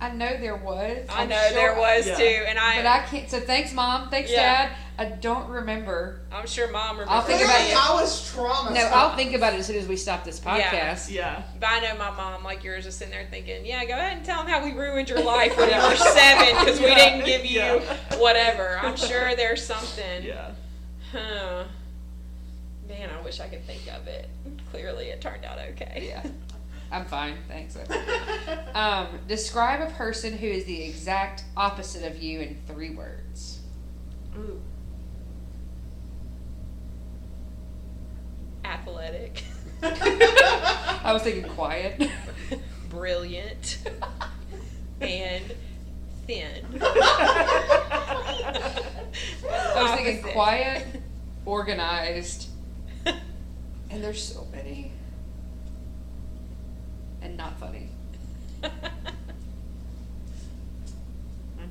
Speaker 6: I-
Speaker 7: I know there was.
Speaker 6: I
Speaker 7: I'm
Speaker 6: know there
Speaker 7: sure-
Speaker 6: was
Speaker 4: Yeah.
Speaker 6: too, and I,
Speaker 7: But I can't. So thanks, mom. Thanks,
Speaker 6: Yeah.
Speaker 7: dad. I don't remember.
Speaker 6: I am sure mom remembers.
Speaker 7: I'll think about
Speaker 3: Really,
Speaker 7: it.
Speaker 3: I was traumatized.
Speaker 6: Oh,
Speaker 7: No, I'll think about it as soon as we stop this podcast.
Speaker 4: Yeah.
Speaker 6: But I know my mom, like yours, is sitting there thinking, "Yeah, go ahead and tell them how we ruined your life when you were seven because we
Speaker 4: Yeah,
Speaker 6: didn't give you
Speaker 4: yeah.
Speaker 6: whatever." I'm sure there's something.
Speaker 4: Yeah.
Speaker 6: Huh. Man, I wish I could think of it. Clearly, it turned out okay.
Speaker 7: Yeah. I'm fine. Thanks. Um, describe a person who is the exact opposite of you in three words.
Speaker 4: Ooh.
Speaker 6: Athletic,
Speaker 7: I was thinking quiet.
Speaker 6: brilliant, and thin.
Speaker 7: I was thinking
Speaker 6: Opposite.
Speaker 7: quiet, organized, and there's so many. And not funny.
Speaker 4: I'd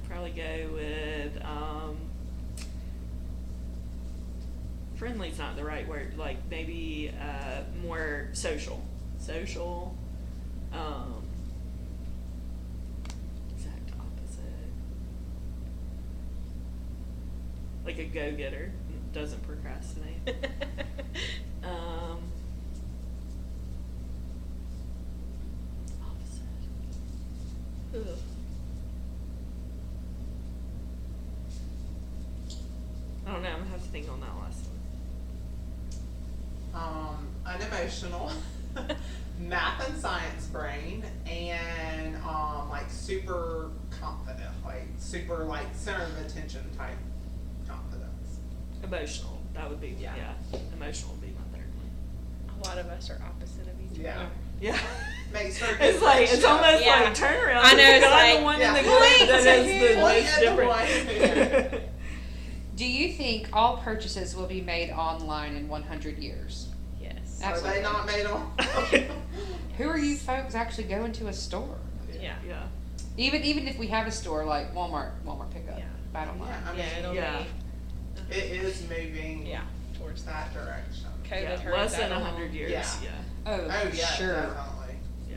Speaker 4: probably go with um friendly's not the right word, like maybe uh more social. Social. Um exact opposite. Like a go getter. doesn't procrastinate.
Speaker 6: um,
Speaker 4: Opposite.
Speaker 6: ugh.
Speaker 4: I don't know. I'm gonna have to think on that last one.
Speaker 3: um, unemotional, math and science brain, and um, like super confident, like super like center of attention type confidence.
Speaker 4: Emotional. That would be yeah.
Speaker 3: Yeah.
Speaker 4: Emotional would be my third one.
Speaker 6: a lot of us are opposite of each
Speaker 3: Yeah.
Speaker 6: other.
Speaker 4: Yeah.
Speaker 3: Makes for a good
Speaker 4: It's like it's
Speaker 3: friendship.
Speaker 4: almost
Speaker 6: Yeah.
Speaker 4: like turn around.
Speaker 6: I know, it's
Speaker 4: I'm the
Speaker 6: like,
Speaker 4: one in
Speaker 3: yeah.
Speaker 4: the group that
Speaker 3: Blink,
Speaker 4: is the
Speaker 3: blink
Speaker 4: most
Speaker 3: at the
Speaker 4: different.
Speaker 7: Do you think all purchases will be made online in 100 years?
Speaker 6: Yes.
Speaker 3: Are they not made on?
Speaker 7: Who are you folks actually going to a store?
Speaker 6: Yeah.
Speaker 4: yeah.
Speaker 7: Even even if we have a store like Walmart, Walmart pickup,
Speaker 6: Yeah.
Speaker 7: buy it online.
Speaker 3: Yeah, I mean,
Speaker 6: Yeah, it'll
Speaker 4: Yeah.
Speaker 6: be.
Speaker 3: it is moving
Speaker 6: Yeah. Towards that.
Speaker 3: that direction.
Speaker 6: COVID
Speaker 4: yeah.
Speaker 6: hurt
Speaker 4: Less
Speaker 6: that
Speaker 4: than
Speaker 6: a lot.
Speaker 4: hundred years. Yeah.
Speaker 3: Yeah.
Speaker 7: Oh,
Speaker 3: Oh yeah,
Speaker 7: sure.
Speaker 3: definitely.
Speaker 4: Yeah.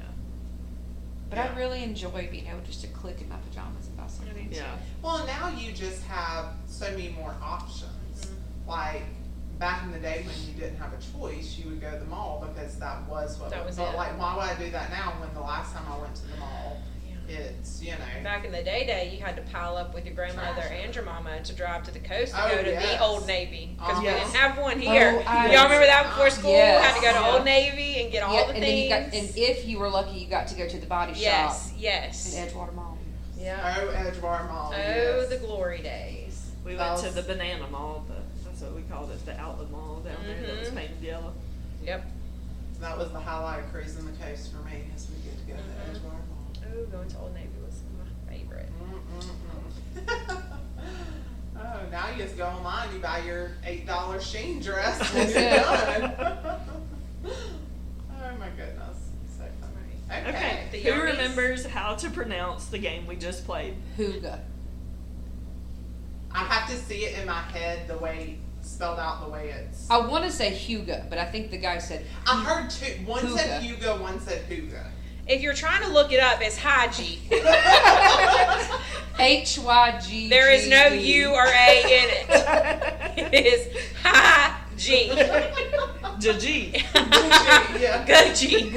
Speaker 7: But
Speaker 3: Yeah.
Speaker 7: I really enjoy being able just to click in my pajamas and buy something.
Speaker 4: Yeah.
Speaker 3: Well, now you just have so many more options.
Speaker 6: Mm-hmm.
Speaker 3: Like back in the day when you didn't have a choice, you would go to the mall because that was what.
Speaker 6: That was
Speaker 3: but
Speaker 6: it.
Speaker 3: like, why would I do that now when the last time I went to the mall, it's you know.
Speaker 6: Back in the day, day you had to pile up with your grandmother and your mama to drive to the coast to
Speaker 3: Oh,
Speaker 6: go to
Speaker 3: yes.
Speaker 6: the Old Navy because we
Speaker 3: Uh-huh.
Speaker 6: didn't have one here.
Speaker 7: Oh, I-
Speaker 6: Y'all remember that before school?
Speaker 7: Yes.
Speaker 6: Had to go to
Speaker 4: Yeah.
Speaker 6: Old Navy and get all
Speaker 7: yeah,
Speaker 6: the
Speaker 7: and then you
Speaker 6: things.
Speaker 7: got, and if you were lucky, you got to go to the body
Speaker 6: yes,
Speaker 7: shop
Speaker 6: yes.
Speaker 7: in Edgewater Mall.
Speaker 6: Yeah.
Speaker 3: Oh, Edgewater Mall.
Speaker 6: Oh,
Speaker 3: yes.
Speaker 6: the glory days.
Speaker 4: We
Speaker 3: That
Speaker 4: went to
Speaker 3: was-
Speaker 4: the banana mall, but that's what we called it, the outlet mall down there that was
Speaker 6: Mhm.
Speaker 4: painted yellow.
Speaker 6: Yep.
Speaker 3: That was the highlight of cruising the coast for me, is we get to go
Speaker 6: Mhm.
Speaker 3: to Edgewater Mall.
Speaker 6: Oh, going to Old Navy was my favorite.
Speaker 3: Mm-mm-mm. oh, now you just go online, you buy your eight dollar Sheen dress, and
Speaker 7: That's
Speaker 3: you're
Speaker 7: it.
Speaker 3: done. oh my goodness, so
Speaker 6: All
Speaker 3: funny.
Speaker 6: right.
Speaker 3: Okay.
Speaker 4: Okay.
Speaker 6: The
Speaker 4: Who
Speaker 6: Yardies.
Speaker 4: remembers how to pronounce the game we just played?
Speaker 7: Hooga.
Speaker 3: I have to see it in my head the way spelled out the way
Speaker 6: Uh,
Speaker 3: it's.
Speaker 7: I want to say Huga, but I think the guy said
Speaker 3: I heard two. One said
Speaker 7: Huga.
Speaker 3: Hugo, one said Huga.
Speaker 6: If you're trying to look it up, it's Haji.
Speaker 7: H Y G.
Speaker 6: There is no
Speaker 7: G E.
Speaker 6: U or A in it. It is Haji.
Speaker 4: Jajee.
Speaker 3: yeah.
Speaker 6: Gucci.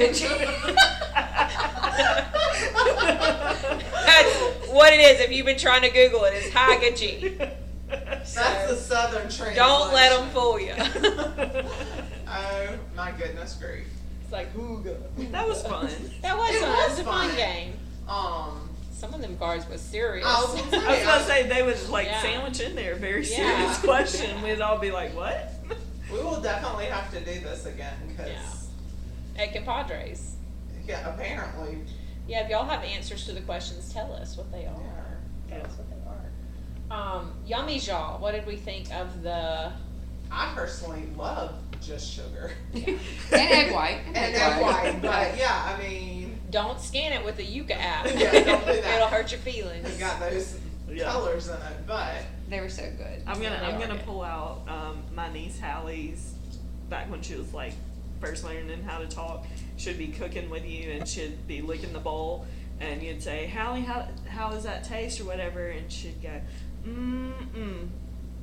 Speaker 6: That's what it is. If you've been trying to Google it, it's Haji.
Speaker 3: That's the southern translation.
Speaker 6: Don't let them fool you.
Speaker 3: Oh my goodness, grief.
Speaker 6: It's like hooga.
Speaker 4: That was fun.
Speaker 6: That was
Speaker 3: It
Speaker 6: fun.
Speaker 3: was
Speaker 6: it was a fun
Speaker 3: fun.
Speaker 6: game.
Speaker 3: Um.
Speaker 6: Some of them cards was serious.
Speaker 3: I was gonna
Speaker 4: I was
Speaker 3: say,
Speaker 4: about to say they would like
Speaker 6: Yeah.
Speaker 4: sandwich in there a very
Speaker 6: Yeah.
Speaker 4: serious question. We'd all be like, "What?"
Speaker 3: We will definitely have to do this again because,
Speaker 6: Yeah. At Compadres.
Speaker 3: yeah. apparently,
Speaker 6: Yeah, if y'all have answers to the questions, tell us what they are. Tell us what they are. Um, yummy jaw. What did we think of the?
Speaker 3: I personally love just sugar
Speaker 7: And egg white. And
Speaker 3: and egg white, but yeah, I mean,
Speaker 6: Don't scan it with the Yuka app.
Speaker 3: Yeah, don't do that.
Speaker 6: It'll hurt your
Speaker 3: it's
Speaker 6: feelings.
Speaker 3: got those
Speaker 4: Yeah.
Speaker 3: colors in it, but
Speaker 7: They were so good.
Speaker 4: I'm gonna
Speaker 6: They
Speaker 4: I'm
Speaker 6: are
Speaker 4: gonna
Speaker 6: good.
Speaker 4: pull out um, my niece Hallie's back when she was like first learning how to talk. She'd be cooking with you and she'd be licking the bowl, and you'd say, "Hallie, how how does that taste?" or whatever, and she'd go, "Mm mm,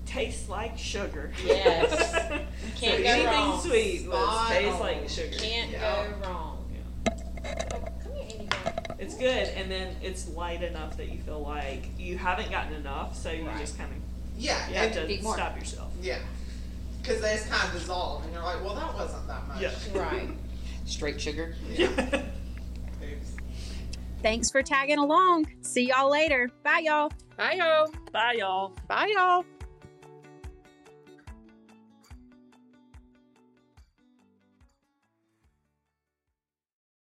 Speaker 4: tastes like sugar."
Speaker 6: Yes.
Speaker 4: so
Speaker 6: Can't go
Speaker 4: anything
Speaker 6: wrong.
Speaker 4: sweet was
Speaker 3: Spot
Speaker 4: tastes
Speaker 3: on.
Speaker 4: like sugar.
Speaker 6: Can't
Speaker 3: Yeah.
Speaker 6: go wrong. Come here, Andy.
Speaker 4: It's good, and then it's light enough that you feel like you haven't gotten enough, so you
Speaker 6: Right.
Speaker 4: just kind of
Speaker 3: yeah,
Speaker 4: you
Speaker 3: yeah,
Speaker 4: have
Speaker 3: it,
Speaker 4: to
Speaker 7: Eat more.
Speaker 4: stop yourself.
Speaker 3: yeah, because they just kind of dissolve, and you're like, well, that wasn't that much.
Speaker 4: Yeah.
Speaker 6: Right.
Speaker 7: Straight sugar.
Speaker 3: Oops.
Speaker 1: Thanks for tagging along. See y'all later. Bye, y'all.
Speaker 6: Bye, y'all.
Speaker 4: Bye, y'all.
Speaker 6: Bye, y'all.